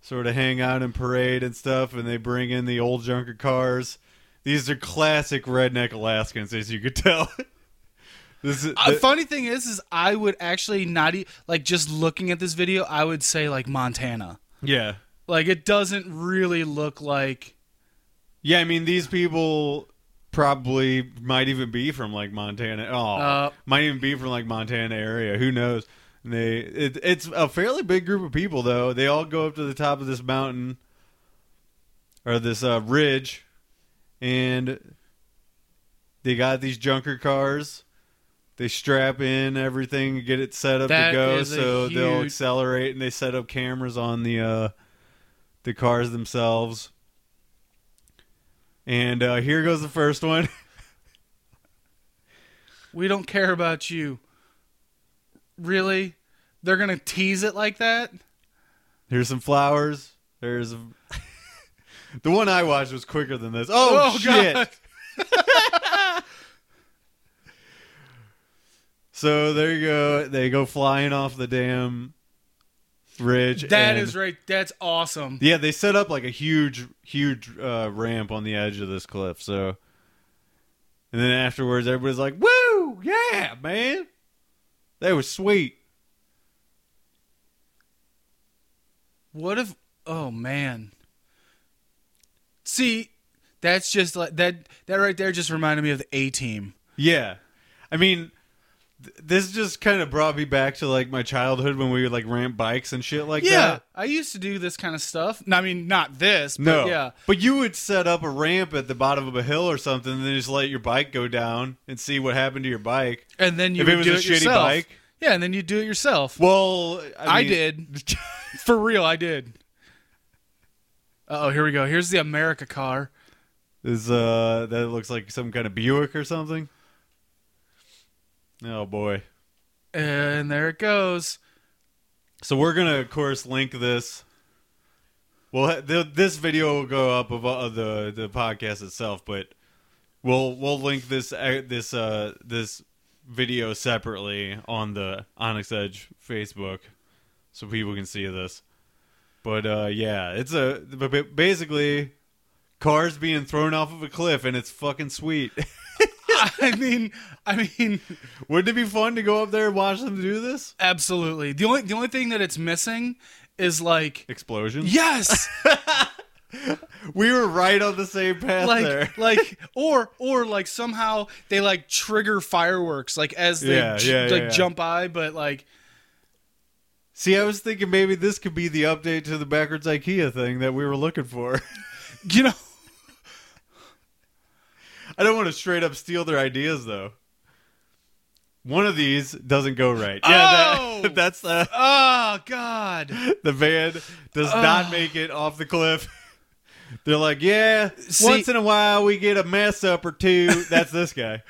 sort of hang out and parade and stuff, and they bring in the old junker cars. These are classic redneck Alaskans, as you could tell. this is,
Uh, funny thing is, is I would actually not e- like just looking at this video. I would say like Montana.
yeah.
Like it doesn't really look like.
Yeah, I mean these people probably might even be from like Montana. Oh,
Uh,
might even be from like Montana area. Who knows? And they it, it's a fairly big group of people though. They all go up to the top of this mountain or this uh, ridge, and they got these junker cars. They strap in everything, get it set up
That
to go,
is a
so they'll
huge-
accelerate, and they set up cameras on the uh, the cars themselves. And uh, here goes the first one.
We don't care about you. Really, they're gonna tease it like that.
Here's some flowers. There's a... the one I watched was quicker than this. Oh,
Oh,
shit!
God.
so there you go. They go flying off the damn ridge.
That
and-
is right. That's awesome.
Yeah, they set up like a huge, huge uh, ramp on the edge of this cliff. So, and then afterwards, everybody's like, "Woo, yeah, man, that was sweet."
What if? Oh man. See, that's just like that. That right there just reminded me of the A Team.
Yeah, I mean, th- this just kind of brought me back to like my childhood when we would like ramp bikes and shit like
Yeah,
that.
I used to do this kind of stuff. No, I mean, not this. But
No,
Yeah.
but you would set up a ramp at the bottom of a hill or something, and then just let your bike go down and see what happened to your bike.
And then you
If it was
would do
a
it
shitty
yourself.
bike?
Yeah, and then you do it yourself.
Well,
I,
mean-
did. For real, I did. Uh oh, here we go. Here's the America car.
Is uh that looks like some kind of Buick or something? Oh boy.
And there it goes.
So we're gonna of course link this. Well, ha- th- this video will go up of uh, the the podcast itself, but we'll we'll link this uh, this uh this video separately on the Onyx Edge Facebook, so people can see this. But uh yeah, it's a but ba- basically cars being thrown off of a cliff, and it's fucking sweet.
I mean, I mean,
Wouldn't it be fun to go up there and watch them do this?
absolutely. The only the only thing that it's missing is like
Explosions?
yes,
We were right on the same path there.
like like or or like somehow they like trigger fireworks like as they
Yeah,
j-
yeah, yeah,
like
yeah.
jump by, but like
See, I was thinking maybe this could be the update to the backwards IKEA thing that we were looking for.
you know.
I don't want to straight up steal their ideas though. One of these doesn't go right. Yeah,
Oh!
that, that's uh,
Oh God.
the van does
Oh.
not make it off the cliff. They're like, yeah,
See-
once in a while we get a mess up or two. That's this guy.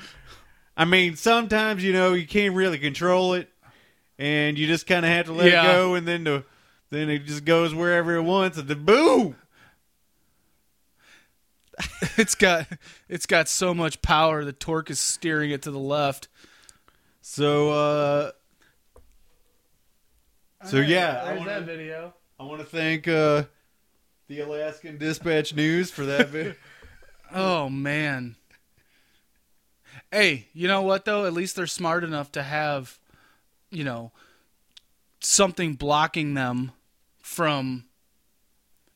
I mean, sometimes, you know, you can't really control it and you just kind of have to let
Yeah.
it go and then to, then it just goes wherever it wants and then boom.
It's got it's got so much power. The torque is steering it to the left.
So, uh, so yeah, I want to,
video.
I want to thank, uh, the Alaskan Dispatch News for that video.
Oh man. Hey, you know what though? At least they're smart enough to have, you know, something blocking them from,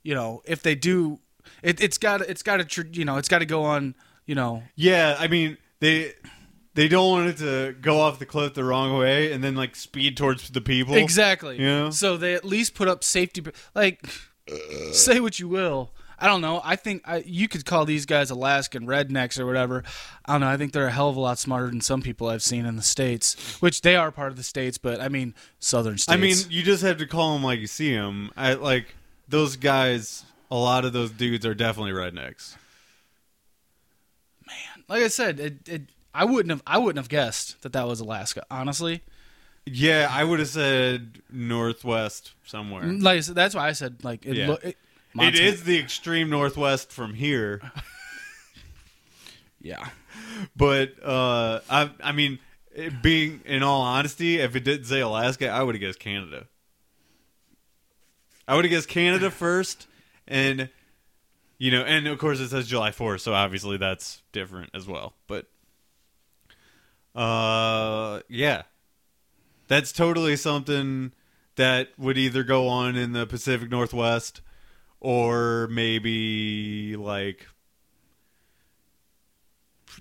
you know, if they do, it, it's got it's got to you know it's got to go on you know
Yeah, I mean they they don't want it to go off the cliff the wrong way and then like speed towards the people.
exactly.
Yeah.
So they at least put up safety like say what you will. I don't know. I think I, you could call these guys Alaskan rednecks or whatever. I don't know. I think they're a hell of a lot smarter than some people I've seen in the states, which they are part of the states, but I mean southern states.
I mean, you just have to call them like you see them. I like those guys. A lot of those dudes are definitely rednecks.
like I said, it, it, I wouldn't have. I wouldn't have guessed that that was Alaska. Honestly,
Yeah, I would have said northwest somewhere.
like I said, that's why I said like it.
Yeah.
Lo- it
it
Montana.
is the extreme northwest from here,
Yeah.
but uh, I I mean, it being in all honesty, if it didn't say Alaska, I would have guessed Canada. I would have guessed Canada first, and you know, and of course it says July Fourth, so obviously that's different as well. But uh, yeah, that's totally something that would either go on in the Pacific Northwest or maybe like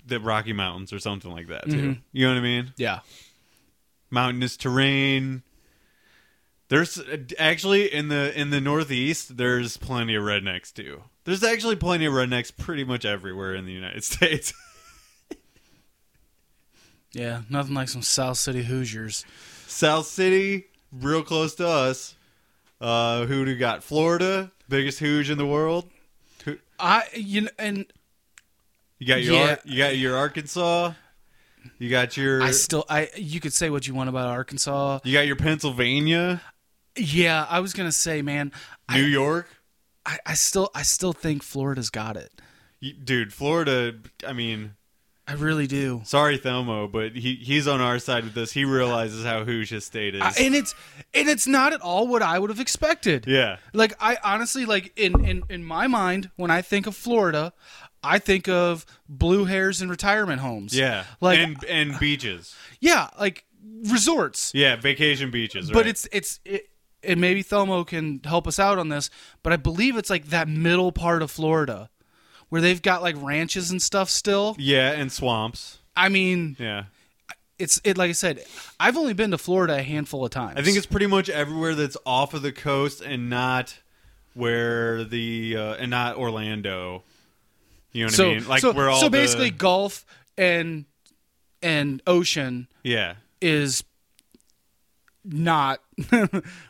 the Rocky Mountains or something like that too.
Mhm.
You know what I mean?
Yeah.
mountainous terrain. There's actually in the in the Northeast, there's plenty of rednecks too. There's actually plenty of rednecks pretty much everywhere in the United States.
Yeah. Nothing like some South City Hoosiers.
South City, real close to us. Uh, who do we got? Florida, biggest hooge in the world. Who-
I you know, and
You got your
Yeah.
Ar- you got your Arkansas. You got your
I still I you could say what you want about Arkansas.
you got your Pennsylvania,
Yeah, I was gonna say, man,
New York.
I, I still I still think Florida's got it.
You- Dude, Florida. I mean,
I really do.
Sorry, Thelmo, but he he's on our side with this. He realizes how huge his state is.
I- and it's and it's not at all what I would have expected.
yeah,
Like I honestly like in in in my mind when I think of Florida, I think of blue hairs and retirement homes.
yeah,
Like
and and beaches.
yeah, like resorts.
Yeah, vacation beaches.
But
right.
it's it's it, and maybe Thelmo can help us out on this, but I believe it's like that middle part of Florida where they've got like ranches and stuff still.
yeah, and swamps.
I mean,
Yeah,
it's it like I said, I've only been to Florida a handful of times.
I think it's pretty much everywhere that's off of the coast and not where the uh, and not Orlando. You know what
so
I mean? Like
so,
we're all
so
the-
basically golf and and ocean
yeah.
is not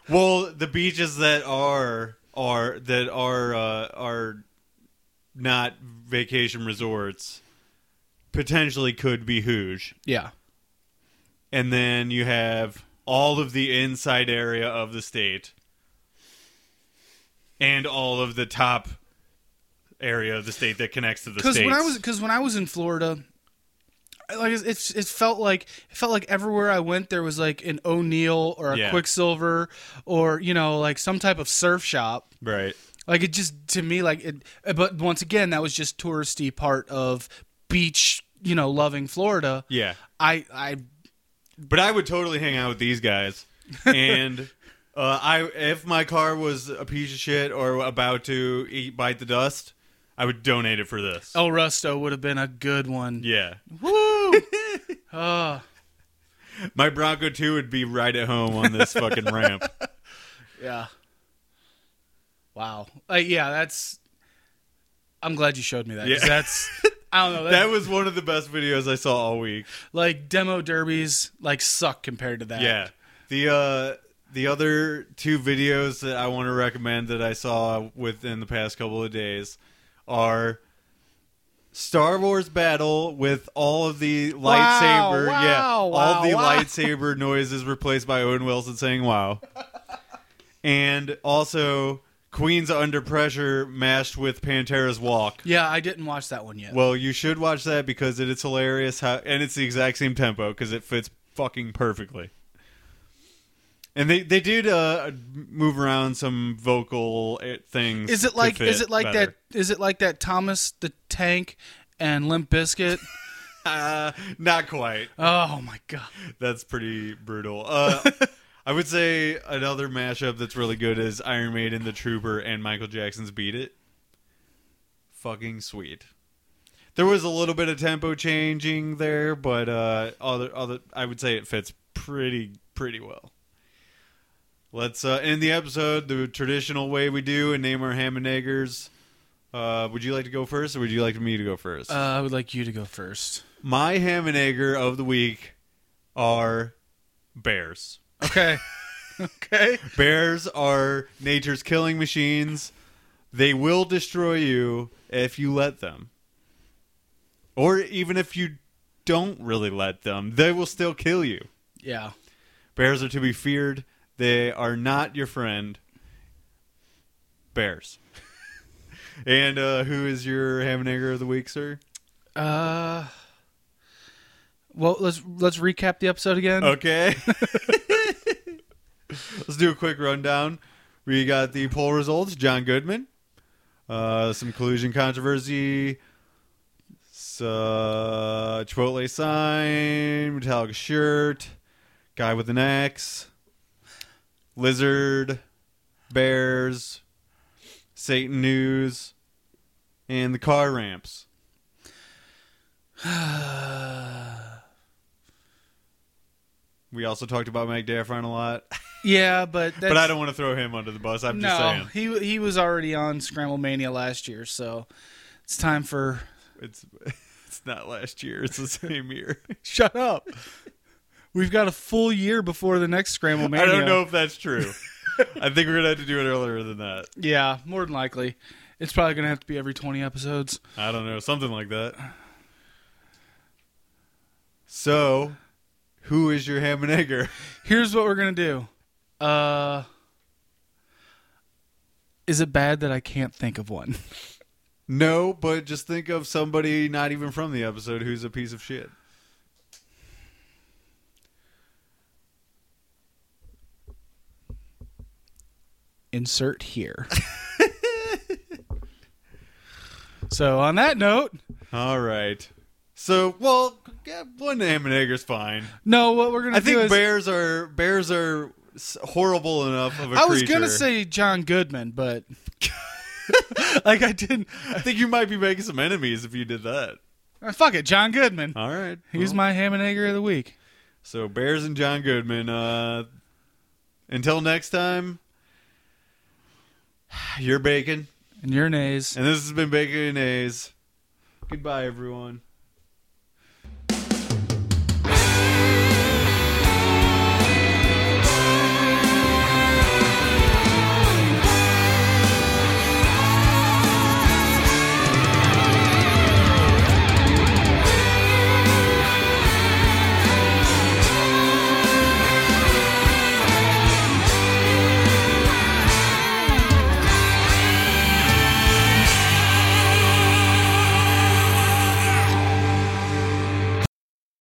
Well, the beaches that are are that are uh, are not vacation resorts potentially could be huge,
yeah
and then you have all of the inside area of the state and all of the top area of the state that connects to the
because
state.
when I was because when I was in Florida, I- like it's it's- it felt like it felt like everywhere I went there was like an O'Neill or a
Yeah.
Quicksilver or you know like some type of surf shop.
right,
Like it just to me like it, but once again that was just touristy part of beach you know loving Florida.
yeah,
I I
but I would totally hang out with these guys and. Uh, I if my car was a piece of shit or about to eat bite the dust, I would donate it for this.
El Rusto would have been a good one.
Yeah.
Woo! Ah,
My Bronco 2 would be right at home on this fucking ramp.
yeah. Wow. Uh, yeah, that's. I'm glad you showed me that. 'cause
Yeah.
That's. I don't know. That,
That was one of the best videos I saw all week.
like demo derbies like suck compared to that.
Yeah. The uh the other two videos that I want to recommend that I saw within the past couple of days are Star Wars battle with all of the lightsaber, yeah,
wow,
all of the
wow, wow.
lightsaber noises replaced by Owen Wilson saying "Wow," and also Queen's Under Pressure mashed with Pantera's Walk.
Yeah, I didn't watch that one yet.
Well, you should watch that because it is hilarious how and it's the exact same tempo because it fits fucking perfectly. And they they did uh, move around some vocal uh, things.
is it
to
like
fit
is it like
better.
that is it like that Thomas the Tank and Limp Biscuit?
Uh, not quite.
oh my god.
That's pretty brutal. Uh, I would say another mashup that's really good is Iron Maiden, The Trooper, and Michael Jackson's "Beat It." Fucking sweet. There was a little bit of tempo changing there, but uh, other other I would say it fits pretty pretty well. Let's uh, end the episode the traditional way we do and name our ham and eggers. Uh, would you like to go first, or would you like me to go first?
Uh, I would like you to go first.
My ham and egger of the week are bears.
Okay. okay.
Bears are nature's killing machines. They will destroy you if you let them. Or even if you don't really let them, they will still kill you.
Yeah.
Bears are to be feared. They are not your friend. Bears. and uh, who is your ham and egger of the week, sir?
Uh well, let's let's recap the episode again.
Okay. Let's do a quick rundown. We got the poll results. John Goodman, uh, some collusion controversy, s- uh, Chipotle sign, Metallica shirt, guy with an axe, lizard, bears, Satan news, and the car ramps. We also talked about Mike Daffron a lot,
Yeah, but that's,
but I don't want to throw him under the bus. I'm just
No,
saying
he he was already on Scramble Mania last year, so it's time for
it's it's not last year; it's the same year.
Shut up. We've got a full year before the next Scramble Mania.
I don't know if that's true. I think we're gonna have to do it earlier than that.
Yeah, more than likely. It's probably going to have to be every 20 episodes.
I don't know, something like that. So, who is your ham and egger?
Here's what we're going to do. Uh is it bad that I can't think of one?
No, but just think of somebody not even from the episode who's a piece of shit.
Insert here. so on that note,
All right. So, well, yeah, one ham and egg is fine.
no, what we're gonna
I
do
think
is
bears are bears are s- horrible enough of a
I was
creature.
gonna say John Goodman, but like I didn't.
I think you might be making some enemies if you did that.
Uh, Fuck it, John Goodman.
All right.
He's
well.
my ham and egger of the week.
So Bears and John Goodman. Uh, until next time, you're bacon,
And your nays.
and this has been Bacon and A's. Goodbye, everyone.